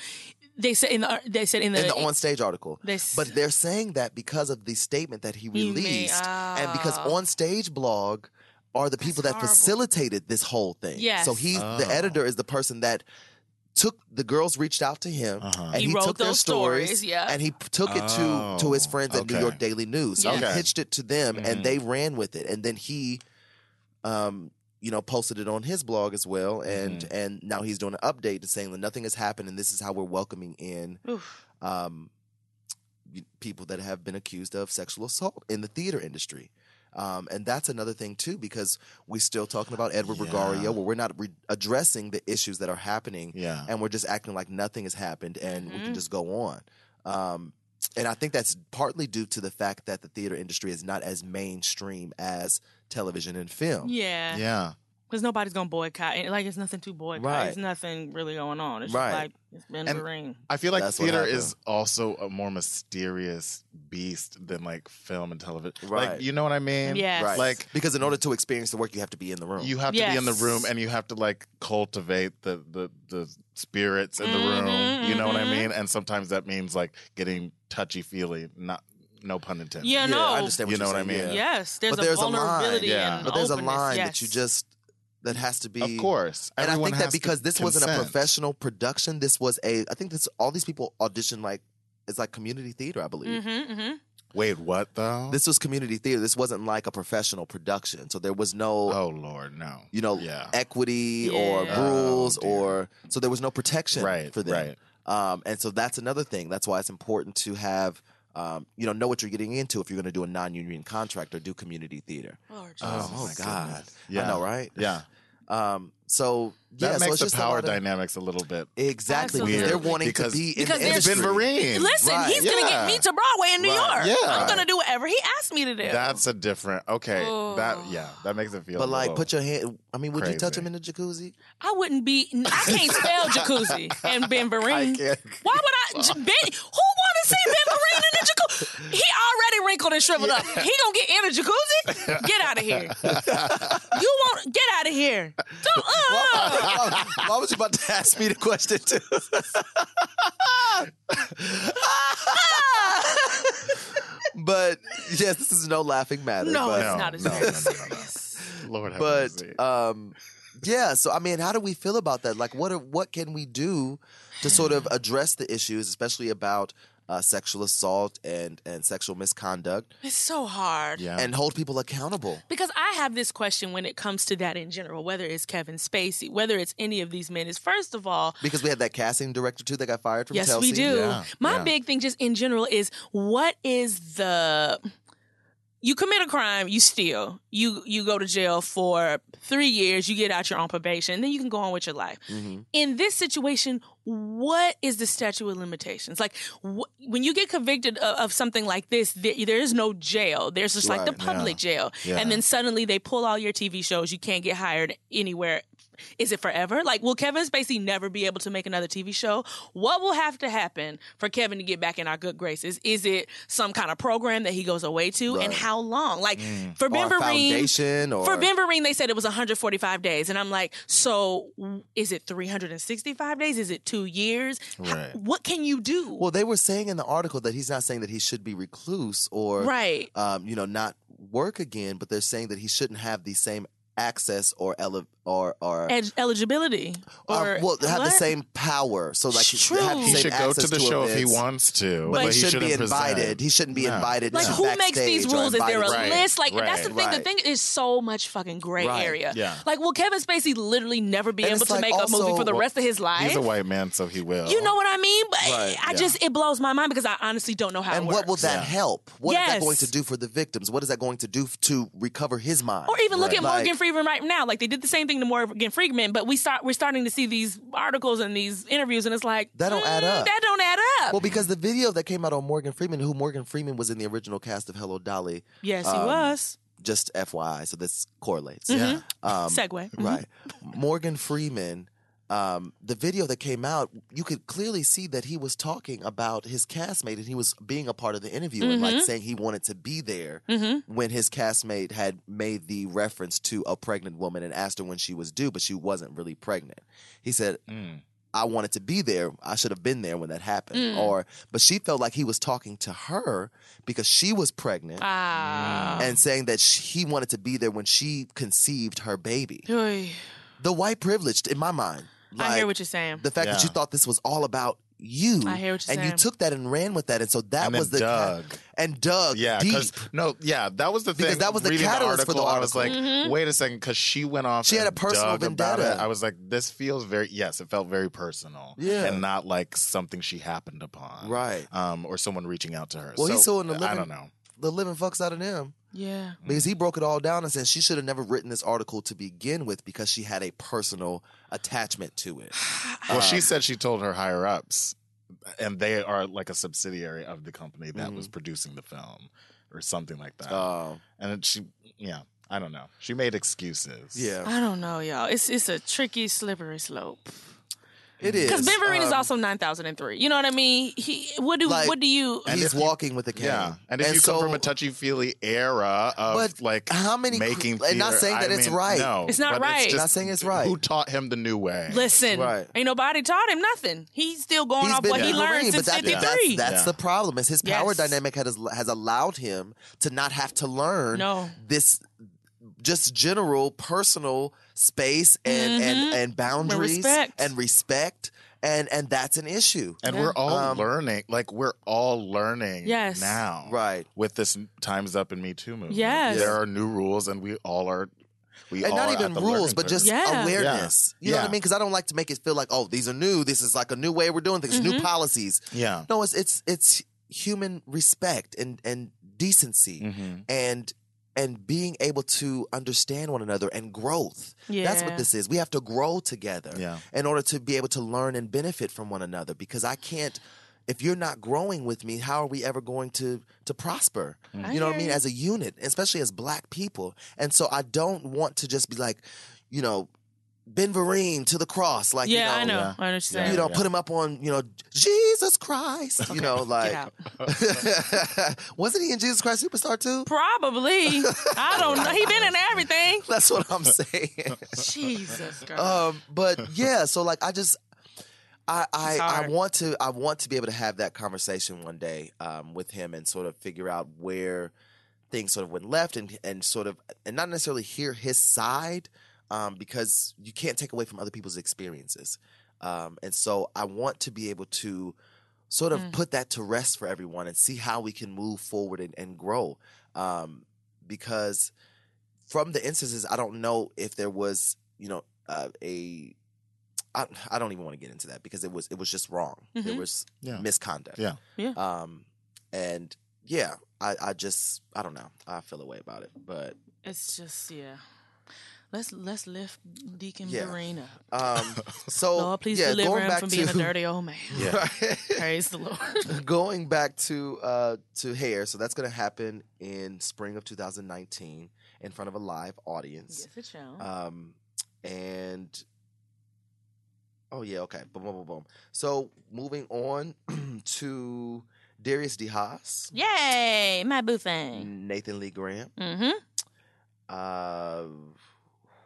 S3: They said in the they said in the,
S1: in the on stage article.
S3: They s-
S1: but they're saying that because of the statement that he
S3: made-
S1: released and because on stage blog are the people that
S3: ah. horrible.
S1: facilitated this whole thing.
S3: Yes.
S1: So he's the
S2: Oh.
S1: editor is the person that took the girls reached out to him
S2: Uh-huh.
S1: and
S3: He
S1: he,
S3: wrote
S1: took their
S3: those
S1: stories,
S3: stories, yeah.
S1: and he p- took it
S2: Oh,
S1: to to his friends at New
S2: okay. Mm-hmm.
S1: York Daily News. So
S2: Yeah.
S1: he
S2: Okay.
S1: pitched it to them and they ran with it and then he um you know posted it on his blog as well and
S2: Mm-hmm.
S1: and now he's doing an update to saying that nothing has happened and this is how we're welcoming in um, y- people that have been accused of sexual assault in the theater industry. Um, and that's another thing too, because we're still talking about Edward Regario, where we're not re- addressing the issues that are happening,
S2: Yeah.
S1: and we're just acting like nothing has happened, and we
S3: Mm-hmm.
S1: can just go on. Um, and I think that's partly due to the fact that the theater industry is not as mainstream as television and film.
S3: yeah,
S2: yeah.
S3: because nobody's gonna boycott. And, Like it's nothing to boycott.
S1: Right.
S3: It's nothing really going on. It's
S1: Right.
S3: just like it's been
S2: And-
S3: a ring.
S2: I feel like
S1: That's what
S2: theater
S1: happened.
S2: is also a more mysterious beast than like film and television.
S1: Right.
S2: Like, you know what I mean?
S3: Yes.
S1: Right.
S2: Like
S1: because in order to experience the work, you have to be in the room.
S2: you have to be in the
S3: Yes.
S2: room and you have to like cultivate the the, the spirits in the
S3: Mm-hmm,
S2: room. You know what I mean? And sometimes that means like getting touchy feely, not no pun intended.
S3: Yeah,
S1: yeah,
S3: no.
S1: I understand. What
S2: You know
S1: you're
S2: what I
S1: saying,
S2: mean?
S1: yeah.
S3: Yes, there's
S1: But
S3: a
S1: there's a line,
S3: vulnerability
S2: yeah.
S3: and
S1: but there's a
S3: openness,
S1: line
S3: yes.
S1: that you just that has to be
S2: Of course.
S1: and i
S2: Everyone
S1: think
S2: has
S1: that
S2: to
S1: because this wasn't a
S2: consent.
S1: professional production this was a i think this all these people auditioned like it's like community theater i believe
S3: Mm-hmm.
S2: Wait, what though?
S1: this was community theater this wasn't like a professional production so there was no
S2: Oh Lord, no.
S1: you know
S2: yeah. Oh,
S1: equity or
S3: Yeah.
S1: rules
S2: dear.
S1: or so there was no protection
S2: Right,
S1: for them
S2: right.
S1: um, and so that's another thing that's why it's important to have um, you know know what you're getting into if you're going to do a non-union contract or do community theater
S3: Lord
S2: Oh,
S3: Jesus.
S2: my
S1: my god
S2: goodness. Yeah.
S1: i know right
S2: Yeah.
S1: Um, so yeah,
S2: That
S1: so
S2: makes
S1: it's
S2: the
S1: just a
S2: power
S1: lot of-
S2: dynamics a little bit.
S1: Exactly, because
S3: Weird.
S1: they're wanting
S2: Because-
S1: to be in
S3: Because
S1: the
S3: there's-
S2: It's been
S1: industry.
S2: Vereen.
S3: Listen,
S1: Right.
S3: he's gonna get
S2: Yeah.
S3: me to Broadway in New
S2: Right.
S3: York.
S2: Yeah.
S3: I'm gonna do whatever he asked me to do.
S2: That's a different. Okay, that
S3: Oh.
S2: yeah, that makes it feel.
S1: But like,
S2: a
S1: put
S2: little-
S1: your hand. I mean, would you touch
S2: Crazy.
S1: him in the jacuzzi?
S3: I wouldn't be. I can't
S2: *laughs*
S3: spell jacuzzi and Ben Vereen.
S1: can't.
S3: Why would I? J- Ben, who want to see Ben Vereen in the jacuzzi? He already wrinkled and shriveled up. He gonna get in a jacuzzi? Get out of here! you won't get out of here. Don't. Uh,
S1: why, why was you about to ask me the question too? but yes, this is no laughing matter.
S3: no,
S1: but,
S3: it's not as
S2: no, no, no, no, no.
S3: serious.
S2: Lord have mercy.
S1: but um yeah so i mean how do we feel about that like what are, what can we do to sort of address the issues especially about uh, sexual assault and and sexual misconduct
S3: It's so hard.
S2: yeah,
S1: and hold people accountable
S3: Because I have this question when it comes to that in general, whether it's Kevin Spacey, whether it's any of these men, is first of all,
S1: because we had that casting director too that got fired from
S3: yes,
S1: Chelsea.
S3: we do.
S2: Yeah,
S3: My
S2: yeah.
S3: big thing, just in general, is what is the you commit a crime, you steal, you you go to jail for three years, you get out, you're on probation, then you can go on with your life.
S2: Mm-hmm.
S3: In this situation, what is the statute of limitations? Like wh- when you get convicted of, of something like this, there, there is no jail. There's just like the
S1: Right,
S3: public jail,
S2: Yeah.
S3: and then suddenly they pull all your TV shows. You can't get hired anywhere is it forever? Like, will Kevin Spacey never be able to make another TV show? What will have to happen for Kevin to get back in our good graces? Is it some kind of program that he goes away to,
S1: Right.
S3: and
S1: Mm.
S3: how long? Like for
S1: Or a
S3: Benverine,
S1: foundation or
S3: for Benverine, they said it was 145 days, and I'm like, so is it 365 days? Is it two years? How-
S2: Right.
S3: what can you do?
S1: Well, they were saying in the article that he's not saying that he should be recluse or
S3: Right.
S1: um, you know, not work again, but they're saying that he shouldn't have the same access or ele- or or
S3: Ed- eligibility
S1: um,
S3: or
S1: well, have the
S3: what?
S1: same power. So like
S3: It's
S1: have the
S3: true.
S2: He
S1: same
S2: should go to
S1: access
S2: the show if he
S1: events,
S2: wants to,
S1: But,
S2: but,
S1: he shouldn't be
S2: shouldn't present.
S1: invited. He shouldn't be
S2: No.
S1: invited.
S3: Like
S1: to
S3: who makes these
S1: backstage or
S3: rules? Is there a
S1: invited-
S2: Right.
S3: list? Like
S2: Right.
S3: that's the thing. The
S1: Right.
S3: thing is so much fucking gray
S1: Right.
S3: area.
S2: Yeah.
S3: Like will Kevin Spacey literally never be
S1: And
S3: able
S1: it's
S3: to
S1: like
S3: make a movie
S1: also-
S3: for the
S1: Well,
S3: rest of his life?
S2: He's a white man, so he will.
S3: you know what I mean? But
S1: Right,
S3: I
S2: yeah.
S3: just it blows my mind because I honestly don't know how.
S1: And
S3: it
S1: what will
S3: works.
S1: that
S2: Yeah.
S1: help? What is that
S3: Yes.
S1: going to do for the victims? What is that going to do f- to recover his mind?
S3: Or even look
S1: Right.
S3: at Morgan
S1: Like-
S3: Freeman right now. Like they did the same thing to Morgan Freeman, but we start we're starting to see these articles and these interviews, and it's like
S1: That don't add
S3: mm,
S1: up.
S3: That don't add up.
S1: Well, because the video that came out on Morgan Freeman, who Morgan Freeman was in the original cast of Hello Dolly,
S3: yes, he
S1: um,
S3: was.
S1: just FYI, so this correlates.
S2: Yeah.
S1: Um,
S3: Segue. Mhm.
S1: Right. Morgan Freeman, um, the video that came out, you could clearly see that he was talking about his castmate and he was being a part of the interview and like saying he wanted to be there when his castmate had made the reference to a pregnant woman and asked her when she was due, but she wasn't really pregnant. He said, I wanted to be there. I should have been there when that happened. Or, but she felt like he was talking to her because she was pregnant
S3: Ah.
S1: and saying that sh he wanted to be there when she conceived her baby.
S3: Oy.
S1: The white privileged, in my mind.
S3: I hear
S1: Mm. Like,
S3: what you're saying.
S1: The fact that
S2: Yeah.
S1: you thought this was all about you.
S3: I hear what you're
S1: And you
S3: saying.
S1: took that and ran with that. And so that
S2: And then
S1: was the.
S2: Doug.
S1: and Doug.
S2: Yeah,
S1: deep.
S2: because no, yeah, that was the thing.
S1: Because that was the
S2: Reading
S1: catalyst for the
S2: I was like,
S1: article.
S3: Mm-hmm.
S2: wait a second, because she went off.
S1: She had a
S2: and
S1: personal
S2: dug about
S1: vendetta.
S2: it. I was like, this feels very. Yes, it felt very personal.
S1: Yeah.
S2: and not like something she happened upon.
S1: Right.
S2: Um, or someone reaching out to her.
S1: Well,
S2: so,
S1: he's suing the living,
S2: I don't know.
S1: the living fucks out of them
S3: Yeah.
S1: because
S2: Mm.
S1: he broke it all down and said she should have never written this article to begin with because she had a personal attachment to it.
S2: Well,
S1: uh.
S2: she said she told her higher ups, and they are like a subsidiary of the company that
S1: Mm.
S2: was producing the film, or something like that.
S1: Um,
S2: and it, she, yeah, I don't know. She made excuses.
S1: yeah,
S3: I don't know, y'all. It's it's a tricky, slippery slope.
S1: it is.
S3: Because Benverine is
S1: Um,
S3: also nine thousand and three. You know what I mean? He what do
S1: like,
S3: what do you?
S2: And
S1: he's
S2: if you-
S1: walking with a cane.
S2: Yeah, and if you
S1: so,
S2: come from a touchy feely era of
S1: But
S2: like
S1: how many cr-
S2: making
S1: and not
S2: theater-
S1: saying that
S2: I
S1: it's
S2: mean,
S1: right.
S2: No,
S3: It's not
S2: but
S3: right.
S2: just
S1: Not saying it's right.
S2: Who taught him the new way?
S3: Listen,
S1: Right.
S3: ain't nobody taught him nothing. He's still going
S1: He's
S3: off
S1: been
S3: what he
S1: Wolverine,
S3: learned
S1: but
S3: since
S1: that-
S3: fifty
S1: that's,
S3: three.
S1: that's
S2: Yeah.
S1: the problem. Is his power
S3: Yes.
S1: dynamic has has allowed him to not have to learn
S3: No.
S1: this just general personal space and and, and boundaries
S3: Mm-hmm. respect.
S1: and respect and and that's an issue.
S2: And we're all
S1: Um,
S2: learning. Like we're all learning.
S3: Yes.
S2: Now.
S1: Right.
S2: With this Times Up and Me Too movement.
S3: Yes.
S2: There are new rules, and we all are. We
S1: and
S2: all
S1: not
S2: are
S1: even
S2: at the
S1: rules,
S2: learning
S1: but
S2: curve.
S1: just
S3: Yeah.
S1: awareness.
S2: Yeah.
S1: You know what
S2: Yeah.
S1: I mean? Because I don't like to make it feel like, oh, these are new. This is like a new way we're doing things,
S3: Mm-hmm.
S1: new policies.
S2: Yeah.
S1: No, it's it's it's human respect and and decency
S2: Mm-hmm.
S1: and and being able to understand one another and growth. That's
S3: Yeah.
S1: what this is. We have to grow together
S2: Yeah.
S1: in order to be able to learn and benefit from one another because I can't if you're not growing with me, how are we ever going to to prosper?
S2: Mm-hmm.
S1: You know what I mean? As a unit, especially as black people. And so I don't want to just be like, you know, Ben Vereen to the cross. Like,
S3: yeah,
S1: you know,
S3: I know. I know what you're
S2: Yeah.
S3: saying.
S1: you know, put him up on, you know, Jesus Christ. You know, like
S2: *laughs*
S3: out.
S1: *laughs* wasn't he in Jesus Christ Superstar too? *laughs*
S3: Probably. I don't know. He been in everything.
S1: That's what I'm saying.
S3: Jesus girl.
S1: um, but yeah, so like I just I I,
S3: It's
S1: I
S3: hard.
S1: want to I want to be able to have that conversation one day um, with him and sort of figure out where things sort of went left and and sort of and not necessarily hear his side um, because you can't take away from other people's experiences. Um, and so I want to be able to sort
S3: Mm.
S1: of put that to rest for everyone and see how we can move forward and, and grow. Um, because from the instances, I don't know if there was, you know, uh, a. I, I don't even want to get into that because it was it was just wrong.
S3: Mm-hmm.
S1: There was
S2: Yeah.
S1: misconduct.
S2: Yeah.
S3: Yeah.
S1: Um, and yeah, I, I just I don't know. I feel a way about it, but
S3: it's just yeah. Let's let's lift Deacon
S1: Yeah.
S3: Barina. up.
S2: *laughs*
S1: um. So
S3: Lord, please
S1: yeah,
S3: deliver
S1: going
S3: him
S1: back
S3: from
S1: to
S3: being a dirty old man.
S1: *laughs*
S3: Praise the Lord.
S1: going back to uh, to hair, so that's going to happen in spring of 2019 in front of a live audience.
S3: Yes, it shall.
S1: Um, and oh yeah, okay, boom, boom, boom, boom. So moving on *clears throat* to Darius DeHaas,
S3: Yay, my boo thing.
S1: Nathan Lee Graham,
S3: Mm-hmm.
S1: uh,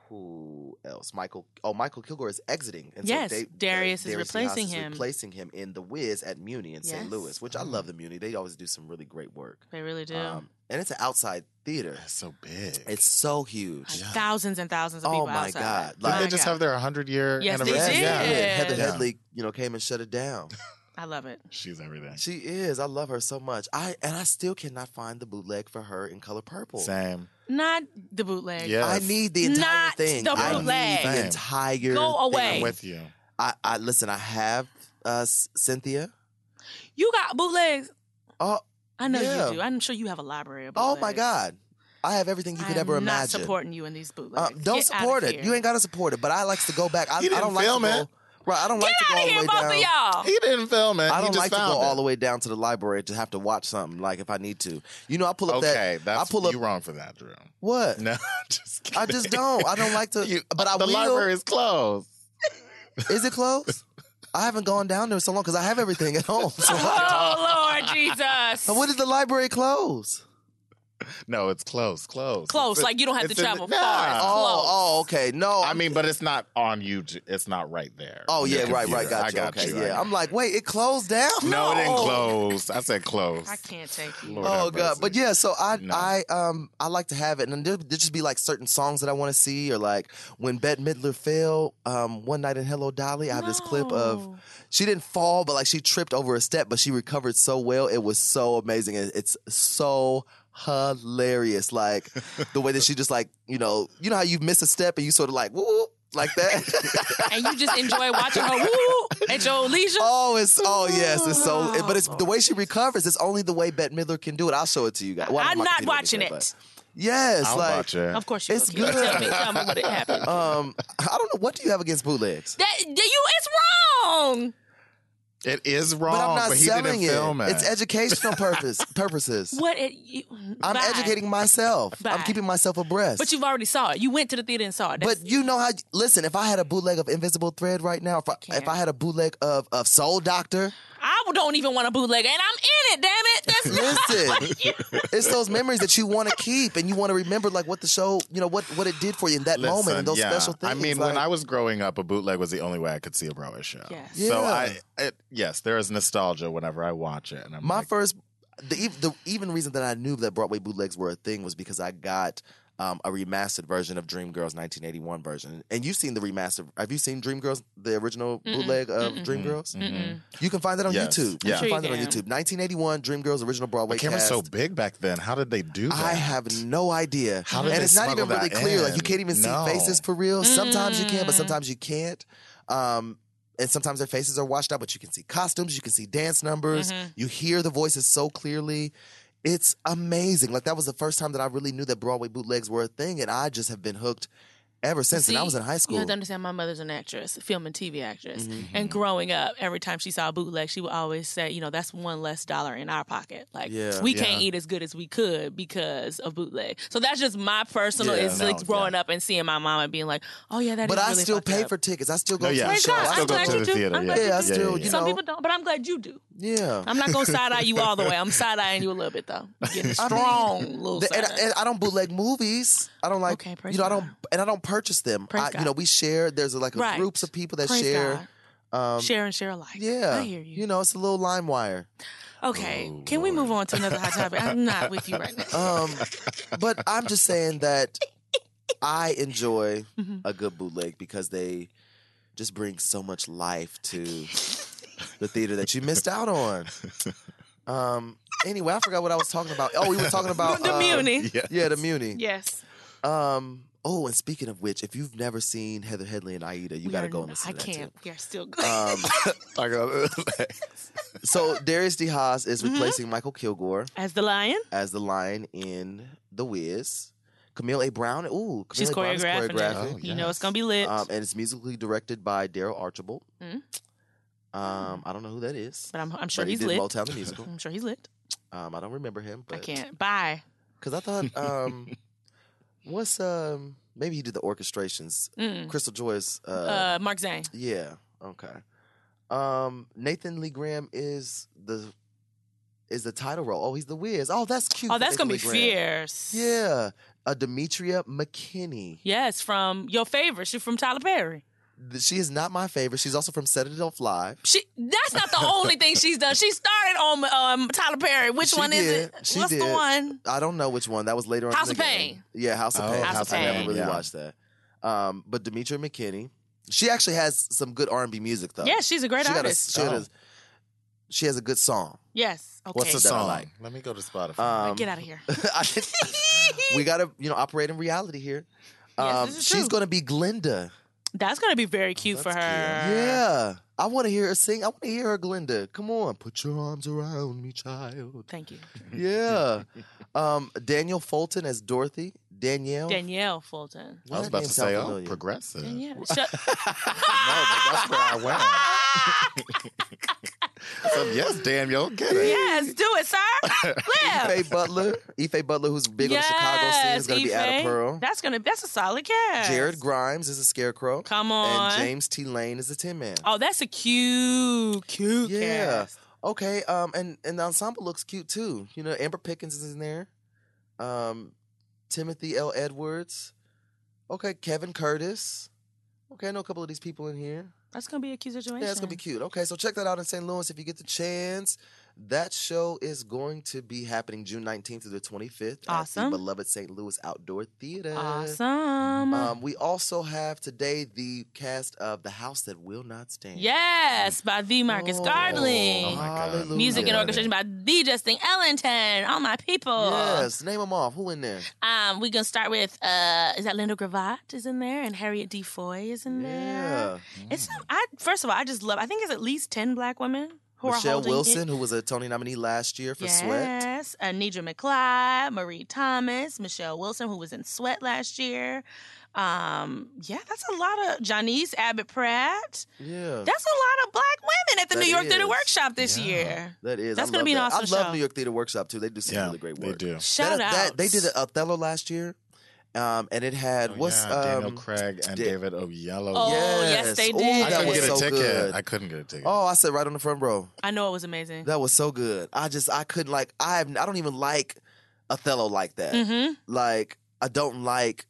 S1: who else? Michael. Oh, Michael Kilgore is exiting. And
S3: Yes,
S1: they- uh,
S3: Darius is
S1: Darius
S3: replacing
S1: DeHaas is
S3: him.
S1: replacing him in the Wiz at Muni in St.
S3: Yes.
S1: Louis, which I love the Muni. They always do some really great work.
S3: They really do.
S1: Um, and it's an outside theater.
S2: That's so big.
S1: It's so huge.
S3: Like Thousands and thousands of
S1: Oh
S3: people
S1: my
S3: outside.
S1: God.
S2: Didn't
S1: Like-
S2: they just have their 100 year
S3: Yes, they
S1: Yes,
S2: anniversary?
S3: did.
S1: yeah.
S2: Yeah.
S1: Heather
S2: Yeah.
S1: Headley, you know, came and shut it down.
S3: I love it.
S2: She's everything.
S1: She is. I love her so much. I and I still cannot find the bootleg for her in color purple.
S2: Same.
S3: Not the bootleg.
S2: Yeah.
S1: I need the entire
S3: Not
S1: thing.
S3: the
S1: I need
S3: bootleg.
S1: the entire.
S3: Go
S1: thing.
S3: away.
S2: I'm with you.
S1: I, I listen. I have uh, S- Cynthia.
S3: You got bootlegs.
S1: Oh,
S3: I know
S1: Yeah.
S3: you do. I'm sure you have a library of
S1: oh
S3: bootlegs.
S1: my God! I have everything you
S3: I
S1: could
S3: am
S1: ever
S3: not
S1: imagine.
S3: supporting you in these bootlegs.
S1: Uh, don't
S3: Get out of
S1: support it.
S3: here.
S1: You ain't gotta support it. But I like to go back. I,
S2: You
S1: I
S2: didn't
S1: don't like to
S2: film
S1: go.
S2: it.
S1: Right. I don't like to
S3: Get
S1: go
S3: out
S1: all
S3: of
S1: the
S3: here,
S1: way
S3: both
S1: down.
S3: of
S1: *laughs*
S3: y'all.
S2: He didn't film it.
S1: I
S2: he
S1: don't like
S2: just
S1: to go
S2: found it.
S1: all the way down to the library to have to watch something. Like if I need to, you know, I pull up
S2: Okay,
S1: that.
S2: that's
S1: I pull up
S2: you wrong for that, Drew.
S1: *laughs* what?
S2: *laughs* No, just kidding.
S1: I just don't. I don't like to.
S2: *laughs* You-
S1: but I
S2: the
S1: will.
S2: library *laughs* is closed.
S1: Is it closed? I haven't gone down there so long because I have everything at home. So
S3: *laughs*
S1: *laughs*
S3: Oh Lord Jesus.
S1: when did the library close?
S2: No, it's closed. Closed.
S3: Close,
S2: It's in-
S3: like you don't have to
S2: it's in the-
S3: travel
S2: Nah.
S3: far. It's closed.
S1: Oh, oh, okay. No,
S2: I mean, but it's not on you. to- It's not right there.
S1: oh
S2: on your
S1: yeah, right, right.
S2: computer.
S1: Got
S2: I
S1: you.
S2: got
S1: okay,
S2: you. I
S1: yeah.
S2: got
S1: I'm like, wait, it closed down.
S2: you. no, it didn't
S3: No.
S2: close. I said close.
S3: I can't take you.
S2: Lord
S1: Oh
S2: have
S1: god,
S2: mercy.
S1: but yeah. So I,
S2: No.
S1: I, um, I like to have it, and there there just be like certain songs that I want to see, or like when Bette Midler fell, um, one night in Hello Dolly. I have this clip of
S3: No.
S1: she didn't fall, but like she tripped over a step, but she recovered so well. It was so amazing. It- It's so hilarious. Like the way that she just like, you know, you know how you miss a step and you sort of like, whoop, like
S3: *laughs*
S1: that.
S3: and you just enjoy watching her woo
S1: *laughs*
S3: at your leisure.
S1: oh, it's, oh yes. It's so, but it's the way she recovers. It's only the way Bette Midler can do it. I'll show it to you guys. Well,
S3: I'm
S1: on my
S3: not
S1: computer,
S3: watching
S1: but-
S3: it.
S1: Yes.
S2: I'll
S1: like,
S2: *laughs* watch it.
S3: Of course you
S1: It's
S3: will, Keith. Tell
S1: good.
S3: me, tell me what
S1: *laughs*
S3: happened.
S1: Um, I don't know. What do you have against bootlegs?
S3: That you, it's wrong.
S2: It is wrong,
S1: but I'm not
S2: he
S1: selling
S2: didn't
S1: it.
S2: film it.
S1: It's educational
S3: *laughs*
S1: purpose purposes.
S3: What? It, you,
S1: I'm
S3: bye.
S1: educating myself.
S3: Bye.
S1: I'm keeping myself abreast.
S3: But you've already saw it. You went to the theater and saw it.
S1: But
S3: That's-
S1: you know how? Listen, if I had a bootleg of Invisible Thread right now, if I,
S3: Can't.
S1: if I had a bootleg of of Soul
S3: *laughs*
S1: Doctor,
S3: I don't even want a bootleg, and I'm in it. Damn it! That's
S1: listen, it's those memories that you want to keep and you want to remember, like what the show, you know, what what it did for you in that moment
S2: Listen,
S1: and those
S2: yeah.
S1: special things.
S2: I mean, when
S1: like-
S2: I was growing up, a bootleg was the only way I could see a Broadway show.
S3: Yes.
S2: So
S1: Yeah.
S2: I, it, yes, there is nostalgia whenever I watch it, and I'm
S1: my
S2: like,
S1: first, the, ev- the even reason that I knew that Broadway bootlegs were a thing was because I got. Um, a remastered version of Dreamgirls 1981 version, and you've seen the remastered. Have you seen Dreamgirls, the original bootleg of Dreamgirls?
S2: mhm.
S1: You can find that on
S2: Yes.
S1: YouTube. You
S2: Yeah.
S1: can
S2: Sure
S1: find
S3: you
S1: that on
S3: can.
S1: YouTube. 1981 Dreamgirls original Broadway
S2: the
S1: cast.
S2: camera's so big back then. How did they do that?
S1: I have no idea.
S2: How did
S1: and
S2: they
S1: it's not
S2: smuggle
S1: even really
S2: that
S1: clear. Like
S2: in?
S1: you can't even
S2: No.
S1: see faces for real. Sometimes you can,
S3: Mm.
S1: but sometimes you can't. Um, and sometimes their faces are washed out, but you can see costumes, you can see dance numbers,
S3: Mm-hmm.
S1: you hear the voices so clearly. It's amazing. Like that was the first time that I really knew that Broadway bootlegs were a thing, and I just have been hooked ever *laughs* since. and I
S3: See,
S1: was in high
S3: You
S1: school. Mm-hmm.
S3: have to understand my mother's an actress, film and TV actress. And growing up, every time she saw a bootleg, she would always say, you know, that's one less dollar in our pocket. Like,
S1: Yeah.
S3: we can't
S2: Yeah.
S3: eat as good as we could because of bootleg. So that's just my personal,
S1: Yeah,
S3: it's
S2: no,
S3: like growing
S2: yeah.
S3: up and seeing my mom and being like, oh yeah, that
S1: but
S3: is
S1: I
S3: really
S1: still
S3: fucked
S1: pay
S3: up.
S1: for tickets. I still go
S2: No, Oh, yeah,
S1: to
S3: Thank
S1: the show.
S3: God.
S2: I
S3: I'm
S2: still go
S3: glad
S2: to
S3: you
S2: the
S3: do.
S2: theater.
S3: I'm
S2: yeah,
S3: glad you
S2: yeah,
S1: do.
S2: yeah,
S1: You
S3: Some
S1: know-
S3: people don't, but I'm glad you do.
S1: Yeah.
S3: I'm not gonna side eye you all the way. I'm side eyeing you a little bit though. Getting a
S1: I mean,
S3: *laughs* strong little
S1: the-
S3: side.
S1: and, and I don't bootleg movies. I don't like
S3: Okay, praise
S1: you know I
S3: God.
S1: don't and I don't purchase them.
S3: Praise
S1: I,
S3: God.
S1: you know we share. There's like a
S3: Right.
S1: groups of people that
S3: Praise
S1: share. um,
S3: God. share and share alike.
S1: Yeah,
S3: I hear you.
S1: know it's a little lime wire.
S3: Okay, can we move on to another hot topic? I'm not with you right now.
S1: *laughs* Um, but I'm just saying that I enjoy
S3: Mm-hmm.
S1: a good bootleg because they just bring so much life
S3: *laughs*
S1: to the theater that you missed out on. Um. Anyway, I forgot what I was talking about. Oh, we were talking about
S3: the
S1: um,
S3: Muni.
S2: yeah.
S1: Yeah, the Muni.
S3: Yes.
S1: Um. Oh, and speaking of which, if you've never seen Heather Headley and Aida, you
S3: We
S1: got to
S3: are
S1: go and
S3: not-
S1: listen
S3: I
S1: to that Uh,
S3: can't. You're still good.
S2: *laughs*
S3: *laughs*
S2: Like,
S1: too. So Darius DeHaas is
S3: Mm-hmm.
S1: replacing Michael Kilgore
S3: As the lion,
S1: as the lion in The Wiz. Camille A. Brown. Ooh, Camille
S3: she's
S1: A. Brown is
S3: choreographing.
S1: choreographing. Oh,
S3: it. You know it's gonna be lit.
S1: Um, and it's musically directed by Daryl Archibald.
S3: Mm.
S1: Um, I don't know who that is,
S3: but I'm, I'm sure
S1: but he
S3: he's
S1: did
S3: lit. *laughs*
S1: Motown the musical.
S3: I'm sure he's lit.
S1: Um, I don't remember him, but
S3: I can't. Bye. *laughs*
S1: because I thought um, What's um? Maybe he did the orchestrations.
S3: Mm.
S1: Crystal Joyce. Uh,
S3: Uh, Mark Zane.
S1: yeah. Okay. Um, Nathan Lee Graham is the is the title role. Oh, he's the Wiz. Oh, that's cute.
S3: Oh,
S1: for
S3: that's
S1: Nathan
S3: gonna be
S1: Lee Graham.
S3: fierce.
S1: Yeah. Uh, Demetria McKinney.
S3: Yes, from your favorite. She's from Tyler Perry.
S1: Th- She is not my favorite. She's also from Saturday Night Live.
S3: She that's not the only thing she's done. She started on um, Tyler Perry. Which
S1: She
S3: one is
S1: did.
S3: it?
S1: She
S3: What's the
S1: did.
S3: one?
S1: I don't know which one. That was later on.
S3: House
S1: in
S3: of
S1: the
S3: Pain.
S1: game. Yeah, House of
S2: Oh,
S1: Pain.
S3: House of
S1: I
S3: Pain.
S1: never really
S2: Yeah.
S1: watched that. Um, but Demetria McKinney, she actually has some good R and B music though.
S3: Yeah, she's a great
S1: Uh, she got a-
S3: artist.
S1: she, had
S2: Oh.
S1: a, she has a good song.
S3: yes. Okay.
S2: What's the
S1: That I
S2: song?
S1: like.
S2: Let me go to Spotify.
S1: Um,
S3: Get out of here.
S1: *laughs* we gotta you know operate in reality here.
S3: Yes,
S1: Um,
S3: this is
S1: she's
S3: true.
S1: gonna be Glinda.
S3: That's gonna be very cute for her.
S1: Yeah, I want to hear her sing. I want to hear her Glinda. Come on, put your arms around me, child.
S3: Thank you, *laughs*
S1: Yeah. um, Daniel Fulton as Dorothy. Danielle.
S3: Danielle Fulton.
S2: I was
S1: that
S2: about
S1: name
S2: to
S1: sound
S2: say, oh,
S1: familiar.
S2: progressive.
S1: *laughs*
S3: Danielle. Shut-
S2: No, but that's where I went. so yes, Daniel, get it.
S3: yes, do it, sir. Live.
S1: Ife Butler. Ife Butler, who's big on the Chicago scene,
S3: Yes,
S1: is gonna be Adam
S3: Ife.
S1: Pearl.
S3: That's gonna that's a solid cast.
S1: Jared Grimes is a scarecrow.
S3: Come on.
S1: And James T. Lane is the Tin Man.
S3: Oh, that's a cute, cute cast.
S1: Okay. Um. And and the ensemble looks cute too. You know, Amber Pickens is in there. Um, Timothy L. Edwards. Okay, Kevin Curtis. Okay, I know a couple of these people in here.
S3: That's gonna be a cute situation.
S1: Yeah, it's gonna be cute. Okay, so check that out in St. Louis if you get the chance. That show is going to be happening June 19th to the 25th at
S3: Awesome.
S1: the beloved St. Louis Outdoor Theater.
S3: Awesome.
S1: Um, we also have today the cast of The House That Will Not Stand.
S3: Yes, by the Marcus
S1: Oh,
S3: Gardeling.
S2: Oh, my God.
S1: hallelujah.
S3: Music and orchestration by the Justin Ellington. All my people.
S1: Yes, name them off. Who in there?
S3: Um, we gonna start with uh, is that Linda Gravatt is in there and Harriet D. Foy is in there. It's I first of all I just love. I think it's at least ten black women who are
S1: Michelle
S3: holding
S1: Wilson,
S3: it.
S1: who was a Tony nominee last year for Sweat.
S3: Yes, uh, Nidra McClyde, Marie Thomas, Michelle Wilson, who was in Sweat last year. Um, yeah, that's a lot of Janice Abbott Pratt.
S1: Yeah.
S3: That's a lot of black women at the
S1: That
S3: New York Theater
S1: is.
S3: Workshop this year.
S1: that is.
S3: That's
S1: I
S3: gonna
S1: love
S3: be an
S1: that.
S3: awesome
S1: I love
S3: show.
S1: New York Theater Workshop too. They do some
S2: Yeah,
S1: really great
S2: they
S1: work.
S2: do.
S3: Shout
S1: that,
S3: out.
S1: that- they did Othello last year, um, and it had what's
S2: Oh, yeah, Daniel
S1: um,
S2: Craig and
S1: Da-
S2: David Oyelowo.
S3: Oh, yes,
S1: Yes.
S3: they
S1: Ooh,
S3: did.
S2: I
S1: that
S2: couldn't
S1: was
S2: get a
S1: so
S2: ticket.
S1: good.
S2: I couldn't get a ticket.
S1: Oh, I sat right on the front row.
S3: I know it was amazing.
S1: That was so good. I just I couldn't like I have I don't even like Othello like that.
S3: mm-hmm.
S1: Like I don't like.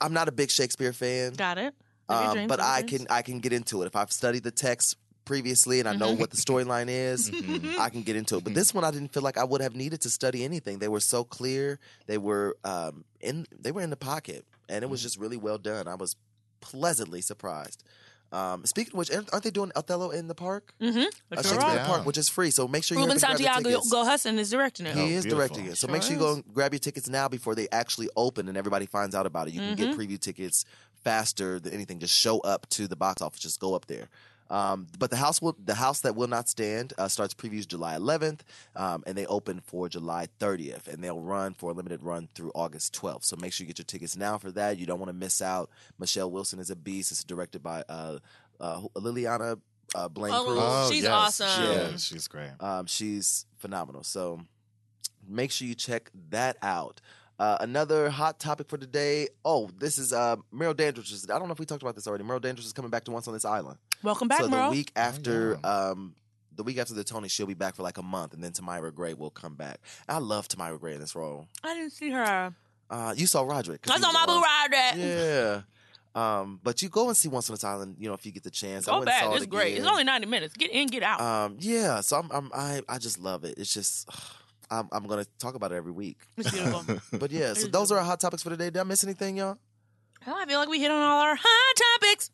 S1: I'm not a big Shakespeare fan.
S3: Got it. Live your
S1: um,
S3: dreams,
S1: but
S3: live your
S1: I
S3: dreams.
S1: can I can get into it if I've studied the text previously and I
S3: Mm-hmm.
S1: know what the storyline
S3: *laughs*
S1: is.
S2: Mm-hmm.
S1: I can get into it. But this one I didn't feel like I would have needed to study anything. They were so clear. They were um in they were in the pocket, and it
S3: Mm-hmm.
S1: was just really well done. I was pleasantly surprised. Um, speaking of which, aren't aren't they doing Othello in the park?
S3: Mm-hmm.
S1: Uh,
S3: But you're
S1: Shakespeare in the
S3: right.
S2: Yeah.
S1: Park, which is free. So make sure you
S3: Ruben
S1: grab your
S3: Santiago
S1: tickets.
S3: Go Hussin is directing it.
S1: He is
S2: beautiful.
S1: directing it. So make sure you go and grab your tickets now before they actually open and everybody finds out about it. You can get preview tickets faster than anything. Just show up to the box office. Just go up there. Um, but the house will, the house that will not stand uh, starts previews July 11th, um, and they open for July 30th, and they'll run for a limited run through August 12th. So make sure you get your tickets now for that. You don't want to miss out. Michelle Wilson is a beast. It's directed by uh, uh, Liliana uh, Blaine.
S3: Oh,
S1: Cruz.
S3: She's
S2: yes.
S3: awesome.
S2: She
S1: Yeah.
S2: is. She's great.
S1: Um, she's phenomenal. So make sure you check that out. Uh, another hot topic for today. Oh, this is uh, Meryl Dandridge. is- I don't know if we talked about this already. Meryl Dandridge is coming back to Once on This Island.
S3: Welcome back,
S1: so the
S3: Merle.
S1: week after, um, the week after the Tony, she'll be back for like a month, and then Tamira Gray will come back. I love Tamira Gray in this role.
S3: I didn't see her.
S1: Uh, you saw Roderick. 'cause
S3: I
S1: he
S3: saw
S1: was
S3: my boo
S1: on-
S3: ride. *laughs*
S1: Yeah. Um, but you go and see Once on This Island. You know, if you get the chance, I
S3: Go
S1: went and
S3: back.
S1: saw it
S3: It's great. It's
S1: again.
S3: only 90 minutes. Get in, get out.
S1: Um, yeah, so I'm, I'm I I just love it. It's just *sighs* I'm I'm gonna talk about it every week.
S3: it's
S1: *laughs*
S3: beautiful.
S1: But yeah, so those are our hot topics for today. Did I miss anything, y'all?
S3: oh, I feel like we hit on all our hot topics.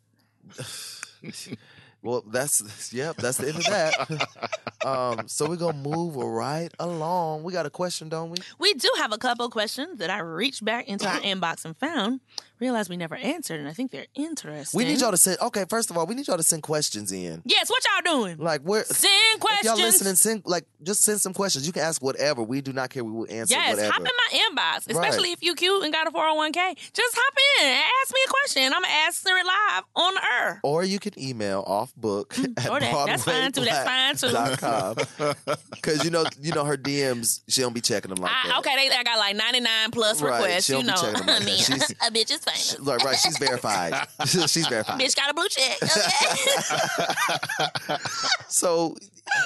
S1: Well, that's *laughs* yep, that's the end of that. *laughs* um, so we're gonna move right along. We got a question, don't we?
S3: We do have a couple questions that I reached back into our inbox and found, realized we never answered, and I think they're interesting.
S1: Uh-huh. We need y'all to send. Okay, first of all, we need y'all to send questions in.
S3: Yes, what y'all doing?
S1: Like where
S3: Send
S1: if y'all
S3: questions.
S1: listening, send like just send some questions. You can ask whatever. We do not care. We will answer
S3: Yes,
S1: whatever.
S3: hop in my
S1: Right.
S3: inbox, especially if you cute and got a 401k. Just hop in and ask me a question. I'm going to answer it live on the air.
S1: or you can email offbook off book *laughs* at
S3: or Hmm, oh, that- that's fine too, that's fine too. *laughs*
S1: Because you know, you know her DMs. She don't be checking them like
S3: I,
S1: that.
S3: Ah, okay, they, I got like 99 plus
S1: Right,
S3: requests.
S1: she
S3: You
S1: don't be
S3: know,
S1: checking them like
S3: *laughs* I
S1: that.
S3: mean,
S1: She's-
S3: a bitch is famous.
S1: Look, right, she's
S3: *laughs*
S1: verified. *laughs* she's verified.
S3: Bitch got a blue
S1: *laughs*
S3: check. Okay.
S1: So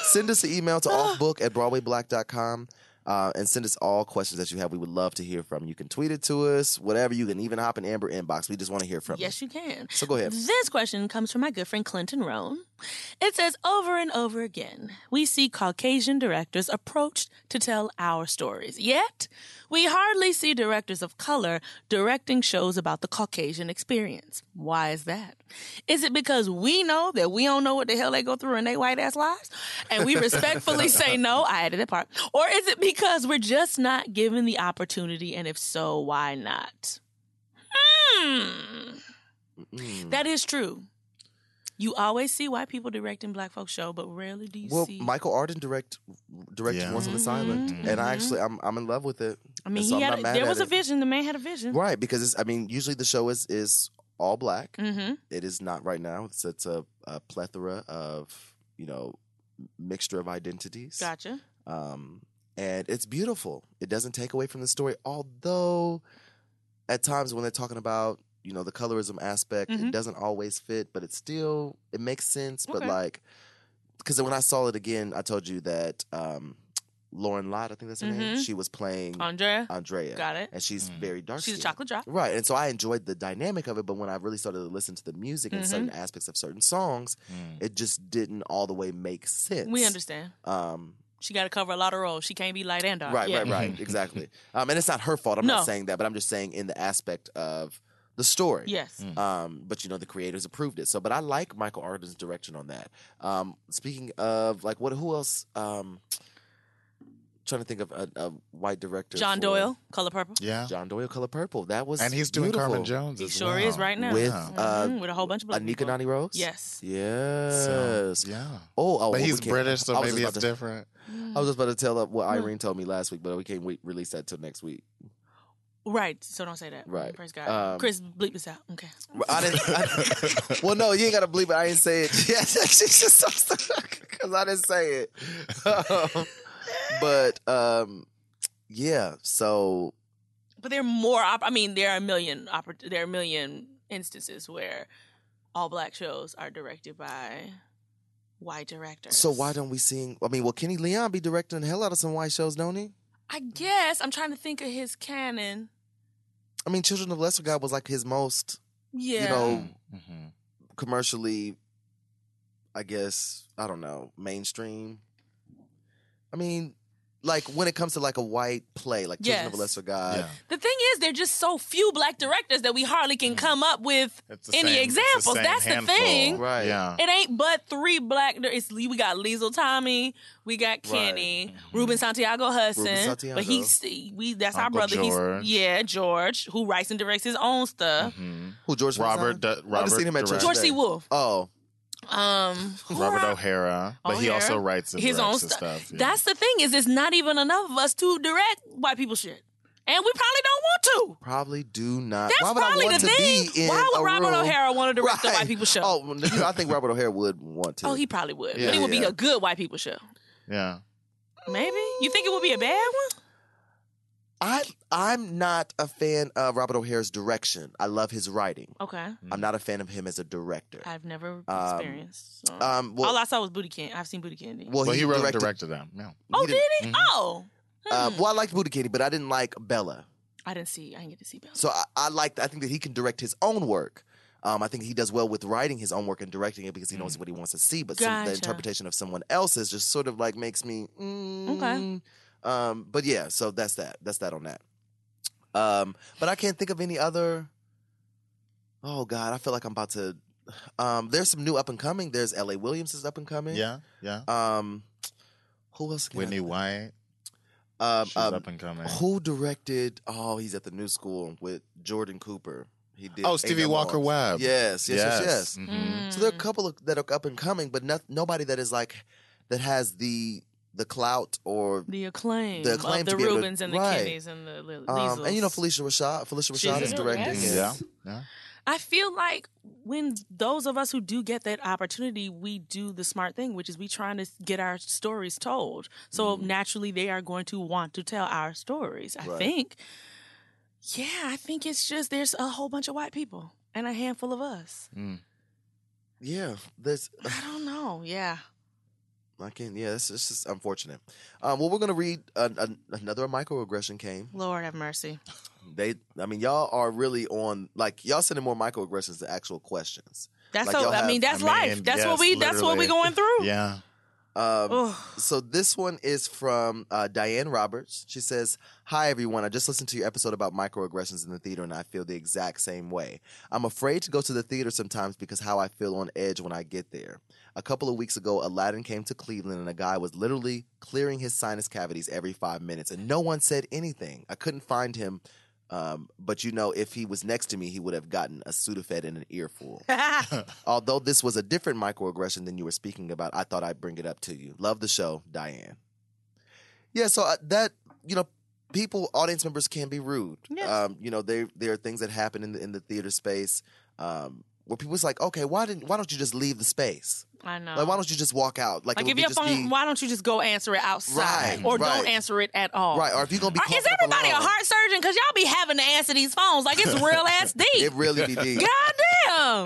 S1: send us an email to
S3: Ah.
S1: offbook at broadwayblack.com uh, and send us all questions that you have. We would love to hear from you. You can tweet it to us, whatever. You can even hop in Amber inbox. We just want to hear from
S3: yes,
S1: you.
S3: you can.
S1: So go ahead.
S3: This question comes from my good friend Clinton Roan. It says, over and over again, we see Caucasian directors approached to tell our stories. Yet, we hardly see directors of color directing shows about the Caucasian experience. Why is that? Is it because we know that we don't know what the hell they go through in their white ass lives? And
S1: *laughs*
S3: we respectfully say no, I added that part. Or is it because we're just not given the opportunity? And if so, why not? Hmm. That is true. You always see white people directing black folk show, but rarely do you
S1: Well,
S3: see. Mm-hmm.
S1: Michael Arden direct directed
S2: Yeah.
S1: Once on the Island, and I actually I'm I'm in love with it.
S3: I mean,
S1: And so
S3: he
S1: I'm
S3: had
S1: not
S3: a,
S1: mad
S3: there
S1: at
S3: was a
S1: it.
S3: vision. The man had a vision.
S1: right? Because it's, I mean, usually the show is is all black.
S3: Mm-hmm.
S1: It is not right now. It's it's a, a plethora of you know mixture of identities.
S3: Gotcha.
S1: um, and it's beautiful. It doesn't take away from the story, although at times when they're talking about you know the colorism aspect, it
S3: Mhm.
S1: doesn't always fit, but it still it makes sense. But
S3: Okay.
S1: like, because when I saw it again, I told you that um, Lauren Lott, I think that's her name,
S3: Mhm.
S1: she was playing
S3: Andrea,
S1: Andrea,
S3: Got it.
S1: Uh, and she's
S2: Mm.
S1: very dark.
S3: she's a
S1: skinned.
S3: chocolate drop.
S1: Right, and so I enjoyed the dynamic of it, but when I really started to listen to the music and
S3: Mhm.
S1: certain aspects of certain songs,
S2: Mm.
S1: it just didn't all the way make sense.
S3: We understand.
S1: Um,
S3: She got to cover a lot of roles. She can't be light and dark.
S1: Right,
S3: Yeah.
S1: right,
S3: *laughs*
S1: right. Exactly. Um, and it's not her fault. I'm
S3: No.
S1: not saying that, but I'm just saying in the aspect of the story.
S3: Yes.
S1: Um, but you know the creators approved it. So, but I like Michael Arden's direction on that. Um, speaking of like what, who else? Um, trying to think of a, a white director.
S3: John
S1: for-
S3: Doyle, Color Purple.
S2: Yeah.
S1: John Doyle, Color Purple. That was
S2: And he's doing
S1: beautiful.
S2: Carmen Jones.
S3: He
S2: as
S3: sure
S2: well.
S3: is right now.
S1: with
S2: Yeah.
S1: uh,
S3: Mhm, with a whole bunch of black
S1: Anika
S3: people.
S1: Nani Rose.
S3: Yes.
S1: Yes.
S2: So, yeah.
S1: Oh, oh, well,
S2: But
S1: we
S2: he's
S1: can't-
S2: British, so
S1: I was
S2: maybe
S1: just
S2: it's
S1: about to-
S2: different.
S1: I
S3: Mm.
S1: was just about to tell uh, what Irene told me last week, but we can't wait, release that till next week.
S3: Right. So don't say that.
S1: Right.
S3: Praise God.
S1: Um,
S3: Chris, bleep this out. Okay.
S1: *laughs* *laughs* I didn't.
S2: *laughs*
S1: I- *laughs* well, no, you ain't gotta believe it. I didn't say it. *laughs* Yeah, she's just because I didn't say it. Um, *laughs* but um, yeah. So
S3: But there are more. Op- I mean, there are a million. Oppor- there are a million instances where all black shows are directed by white directors.
S1: so why don't we sing? I mean, well, Kenny Leon be directing the hell out of some white shows, don't he?
S3: I guess I'm trying to think of his canon.
S1: I mean, Children of Lesser God was like his most
S3: Yeah.
S1: you know
S2: Mm-hmm.
S1: commercially, I guess I don't know mainstream. I mean, like when it comes to like a white play, like Children of a
S3: Yes.
S1: Lesser God.
S2: Yeah.
S3: the thing is, there are just so few black directors that we hardly
S1: Mm.
S3: can come up with
S2: It's the
S3: any
S2: same- it's the
S3: examples.
S2: same
S3: That's
S2: handful.
S3: the thing.
S1: Right.
S2: Yeah.
S3: It ain't but three black. It's we got Liesl Tommy, we got Kenny, Ruben Santiago Hudson,
S1: Mm-hmm. Ruben Santiago.
S3: but he's we that's our
S2: Uncle
S3: brother.
S2: George.
S3: He's yeah George, who writes and directs his own stuff.
S2: Mhm.
S1: Who George was on?
S2: Robert. Du- Robert.
S1: seen him at
S2: directed-
S3: George C.
S1: Today.
S3: Wolf.
S1: Oh, *laughs*
S3: Um, who
S2: Robert
S3: are-
S2: O'Hara, but he
S3: O'Hara.
S2: also writes and
S3: his own
S2: directs
S3: stu-
S2: his stuff. yeah.
S3: That's the thing is, it's not even enough of us to direct white people shit, and we probably don't want to.
S1: probably do not.
S3: That's
S1: Why would
S3: probably
S1: I want
S3: the
S1: to
S3: thing.
S1: be in
S3: Why would
S1: a
S3: Robert
S1: room?
S3: O'Hara want to direct a
S1: Right.
S3: white people show?
S1: Oh, well, you know, I think Robert O'Hara would want to.
S3: Oh, he probably would,
S1: Yeah,
S3: but it would be
S1: yeah.
S3: a good white people show.
S2: yeah.
S3: Maybe you think it would be a bad one?
S1: I I'm not a fan of Robert O'Hara's direction. I love his writing.
S3: Okay,
S1: I'm
S2: Mm.
S1: not a fan of him as a director.
S3: I've never
S1: Um,
S3: experienced. so.
S1: um, well-
S3: All I saw was booty candy. I've seen booty candy.
S1: Well,
S2: Well, he, wrote
S1: directed.
S2: and directed them. Yeah.
S3: oh,
S1: he
S3: did
S1: didn't- Mm-hmm.
S3: he? Oh,
S1: Uh, well, I liked Booty Kitty, but I didn't like Bella.
S3: I didn't see. I didn't get to see Bella.
S1: So I, I liked. I think that he can direct his own work. Um, I think he does well with writing his own work and directing it because he knows what he wants to see. But some,
S3: Gotcha.
S1: the interpretation of someone else's just sort of like makes me mm. Um, but yeah, so that's that. That's that on that. Um, but I can't think of any other. Oh God, I feel like I'm about to. Um, there's some new up and coming. There's L.A. Williams is up and coming.
S2: Yeah. Yeah.
S1: Um, who else? can I
S2: Whitney
S1: think-
S2: White.
S1: Um,
S2: She's
S1: um,
S2: up and coming.
S1: who directed? Oh, he's at the new school with Jordan Cooper. He did.
S2: Oh,
S1: Ain't
S2: Stevie
S1: No
S2: Walker
S1: Laws.
S2: Webb.
S1: Yes, yes, yes, yes.
S3: Mm-hmm.
S2: Mhm.
S1: Mm-hmm. So there
S3: Mm.
S1: are a couple of, that are up and coming, but not, nobody that is like that has the the clout or
S3: The acclaim,
S1: The acclaim
S3: of the
S1: to be able to-
S3: Rubens and the
S1: right.
S3: Kennys and the Li-
S1: um, and you know
S3: Liesels.
S1: Felicia Rashad. Felicia
S3: She's
S1: Rashad is
S3: in it,
S1: directing.
S3: yes.
S1: it.
S2: Yeah.
S3: I feel like when those of us who do get that opportunity, we do the smart thing, which is we trying to get our stories told. So
S1: Mm-hmm.
S3: naturally, they are going to want to tell our stories. I think. Yeah, I think it's just there's a whole bunch of white people and a handful of us.
S1: Yeah, this
S3: I don't know. Yeah.
S1: I can't. Yeah, it's, it's just unfortunate. Um, well, we're gonna read an, an, another microaggression came.
S3: Lord have mercy.
S1: They, I mean, y'all are really on like y'all sending more microaggressions to actual questions.
S3: That's
S1: Like,
S3: so.
S1: y'all
S3: I
S1: have-
S3: mean, that's
S2: I
S3: life.
S2: mean,
S3: that's what
S2: yes,
S3: we. That's what we
S2: literally.
S3: going through.
S2: Yeah.
S1: Um,
S3: Ugh.
S1: So this one is from uh, Diane Roberts. She says, "Hi everyone. I just listened to your episode about microaggressions in the theater, and I feel the exact same way. I'm afraid to go to the theater sometimes because how I feel on edge when I get there. A couple of weeks ago, Aladdin came to Cleveland, and a guy was literally clearing his sinus cavities every five minutes, and no one said anything. I couldn't find him." Um, but you know, if he was next to me, he would have gotten a Sudafed and an earful. Although this was a different microaggression than you were speaking about, I thought I'd bring it up to you. Love the show, Diane. Yeah, so uh, that you know, people, audience members can be rude.
S3: Yes.
S1: Um, you know, there there are things that happen in the in the theater space um, where people's like, okay, why didn't why don't you just leave the space?
S3: *laughs* I know.
S1: Like, why don't you just walk out? Like,
S3: Uh-huh. Like
S1: it
S3: if
S1: would
S3: your
S1: just
S3: phone,
S1: be-
S3: why don't you just go answer it outside,
S1: Right,
S3: or
S1: right.
S3: don't answer it at all?
S1: right? Or if you're gonna be,
S3: Are- Uh, is
S1: coughing up a
S3: everybody a
S1: lung,
S3: heart surgeon? Because y'all be having to answer these phones like
S1: *laughs*
S3: it's real ass deep.
S1: It really be deep.
S3: God damn!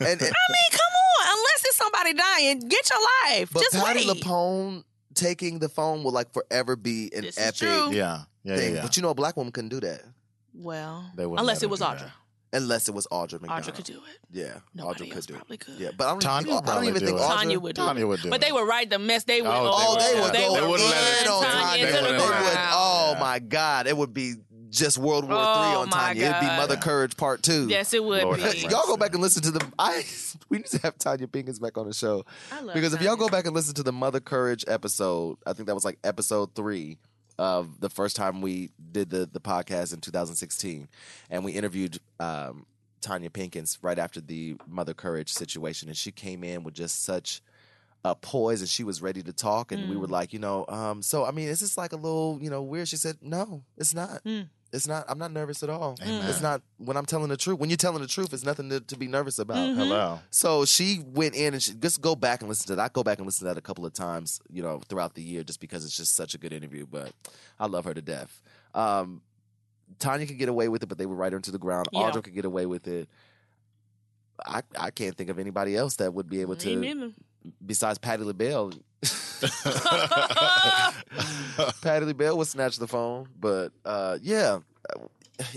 S1: And, and-
S3: I mean, come on. Unless it's somebody dying, get your life.
S1: but
S3: Just
S1: Patty
S3: wait.
S1: LaPone taking the phone will like forever be an
S3: This is
S1: epic
S3: true.
S2: Yeah. Yeah.
S1: thing.
S2: yeah, yeah.
S1: But you know, a black woman couldn't do that.
S3: well,
S2: They wouldn't
S3: unless
S2: let her
S3: it was
S2: do
S3: Audra.
S2: that.
S1: Unless it was Audra McDonald.
S3: Audra could do it.
S1: Yeah,
S3: Nobody
S1: Audra
S3: else
S1: could do.
S3: probably
S1: it.
S3: could.
S1: Yeah, but I don't,
S2: Tanya
S1: think, I don't
S2: probably
S1: even
S2: do
S1: think
S2: it.
S1: Audra.
S3: Tanya would do
S2: Tanya
S3: it.
S2: would do
S3: But
S2: it.
S3: they would ride the mess. They would.
S2: Oh,
S1: Oh,
S2: They
S1: they
S2: would-
S1: would
S2: they
S1: go
S2: would
S1: in
S2: let it-
S1: on
S2: Tanya
S1: Tanya.
S2: to
S1: They
S2: the
S1: would-
S2: ground.
S1: Oh
S2: Yeah.
S1: my God, it would be just World War
S3: Oh,
S1: Three on
S3: my
S1: Tanya. It'd be
S3: God.
S1: Mother Courage Part Two.
S3: Yes, it would
S2: Lord,
S3: be.
S1: *laughs*
S2: that's
S1: Y'all go back and listen to the. I *laughs* we need to have Tanya Pinkins back on the show
S3: I love
S1: because if y'all
S3: Tanya.
S1: go back and listen to the Mother Courage episode, I think that was like episode three of the first time we did the the podcast in 2016, and we interviewed um, Tanya Pinkins right after the Mother Courage situation, and she came in with just such a poise, and she was ready to talk, and we were like, you know, um, so I mean, is this like a little, you know, weird? She said, no, it's not. It's not. I'm not nervous at all. It's not when I'm telling the truth. When you're telling the truth, it's nothing to, to be nervous about.
S3: Mm-hmm. *laughs*
S2: Hello.
S1: So she went in and she just go back and listen to that. I go back and listen to that a couple of times, you know, throughout the year, just because it's just such a good interview. But I love her to death. Um, Tanya could get away with it, but they would write her into the ground.
S3: Yeah.
S1: Audra could get away with it. I I can't think of anybody else that would be able
S3: Me
S1: to *laughs*
S3: neither.
S1: besides Patty LaBelle. *laughs* Patty LaBelle would snatch the phone, but uh, yeah,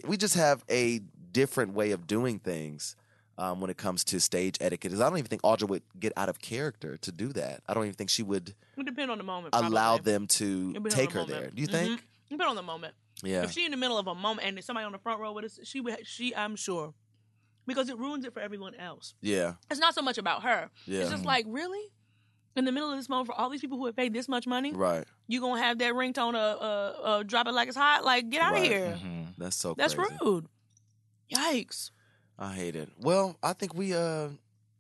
S1: we just have a different way of doing things um, when it comes to stage etiquette. 'Cause I don't even think Audra would get out of character to do that. I don't even think she would
S3: It would depend on the moment.
S1: allow
S3: probably.
S1: them to
S3: It'd be on
S1: take
S3: the
S1: her
S3: moment.
S1: there. Do you
S3: Mhm.
S1: think?
S3: Depend on the moment.
S1: Yeah.
S3: If she in the middle of a moment and there's somebody on the front row with us, she would she I'm sure. Because it ruins it for everyone else.
S1: yeah.
S3: It's not so much about her.
S1: Yeah. Mm-hmm.
S3: It's just like, really? In the middle of this moment for all these people who have paid this much money,
S1: Right.
S3: you gonna have that ringtone uh uh, uh drop it like it's hot? Like get out
S1: Right.
S3: of here.
S1: That's so
S3: That's
S1: crazy.
S3: rude. Yikes.
S1: I hate it. Well, I think we uh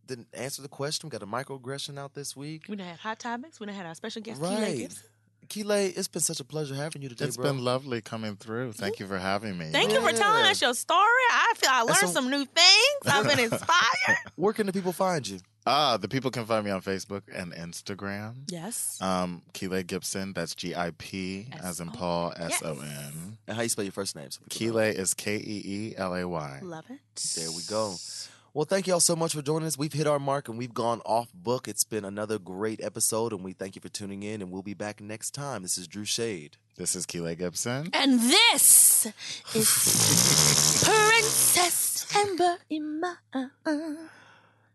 S1: didn't answer the question. We got a microaggression out this week.
S3: We done had hot topics, we done had our special guest Keeley
S1: Right.
S3: Gibson.
S1: Keeley, it's been such a pleasure having you today,
S2: It's
S1: bro.
S2: been lovely coming through. Thank you for having me.
S3: Thank you for telling
S1: Yeah.
S3: us your story. I feel I learned
S1: so-
S3: some new things. I've been inspired.
S1: *laughs* Where can the people find you?
S2: Ah, the people can find me on Facebook and Instagram.
S3: yes.
S2: Um, Keeley Gibson. That's G I P as in Paul S O N.
S1: And how you spell your first name? so people know.
S2: Keeley is K E E L A Y.
S3: Love it.
S1: There we go. Well, thank you all so much for joining us. We've hit our mark and we've gone off book. It's been another great episode, and we thank you for tuning in. And we'll be back next time. This is Drew Shade.
S2: This is Keeley Gibson.
S3: And this
S1: *laughs*
S3: is Princess Amber in my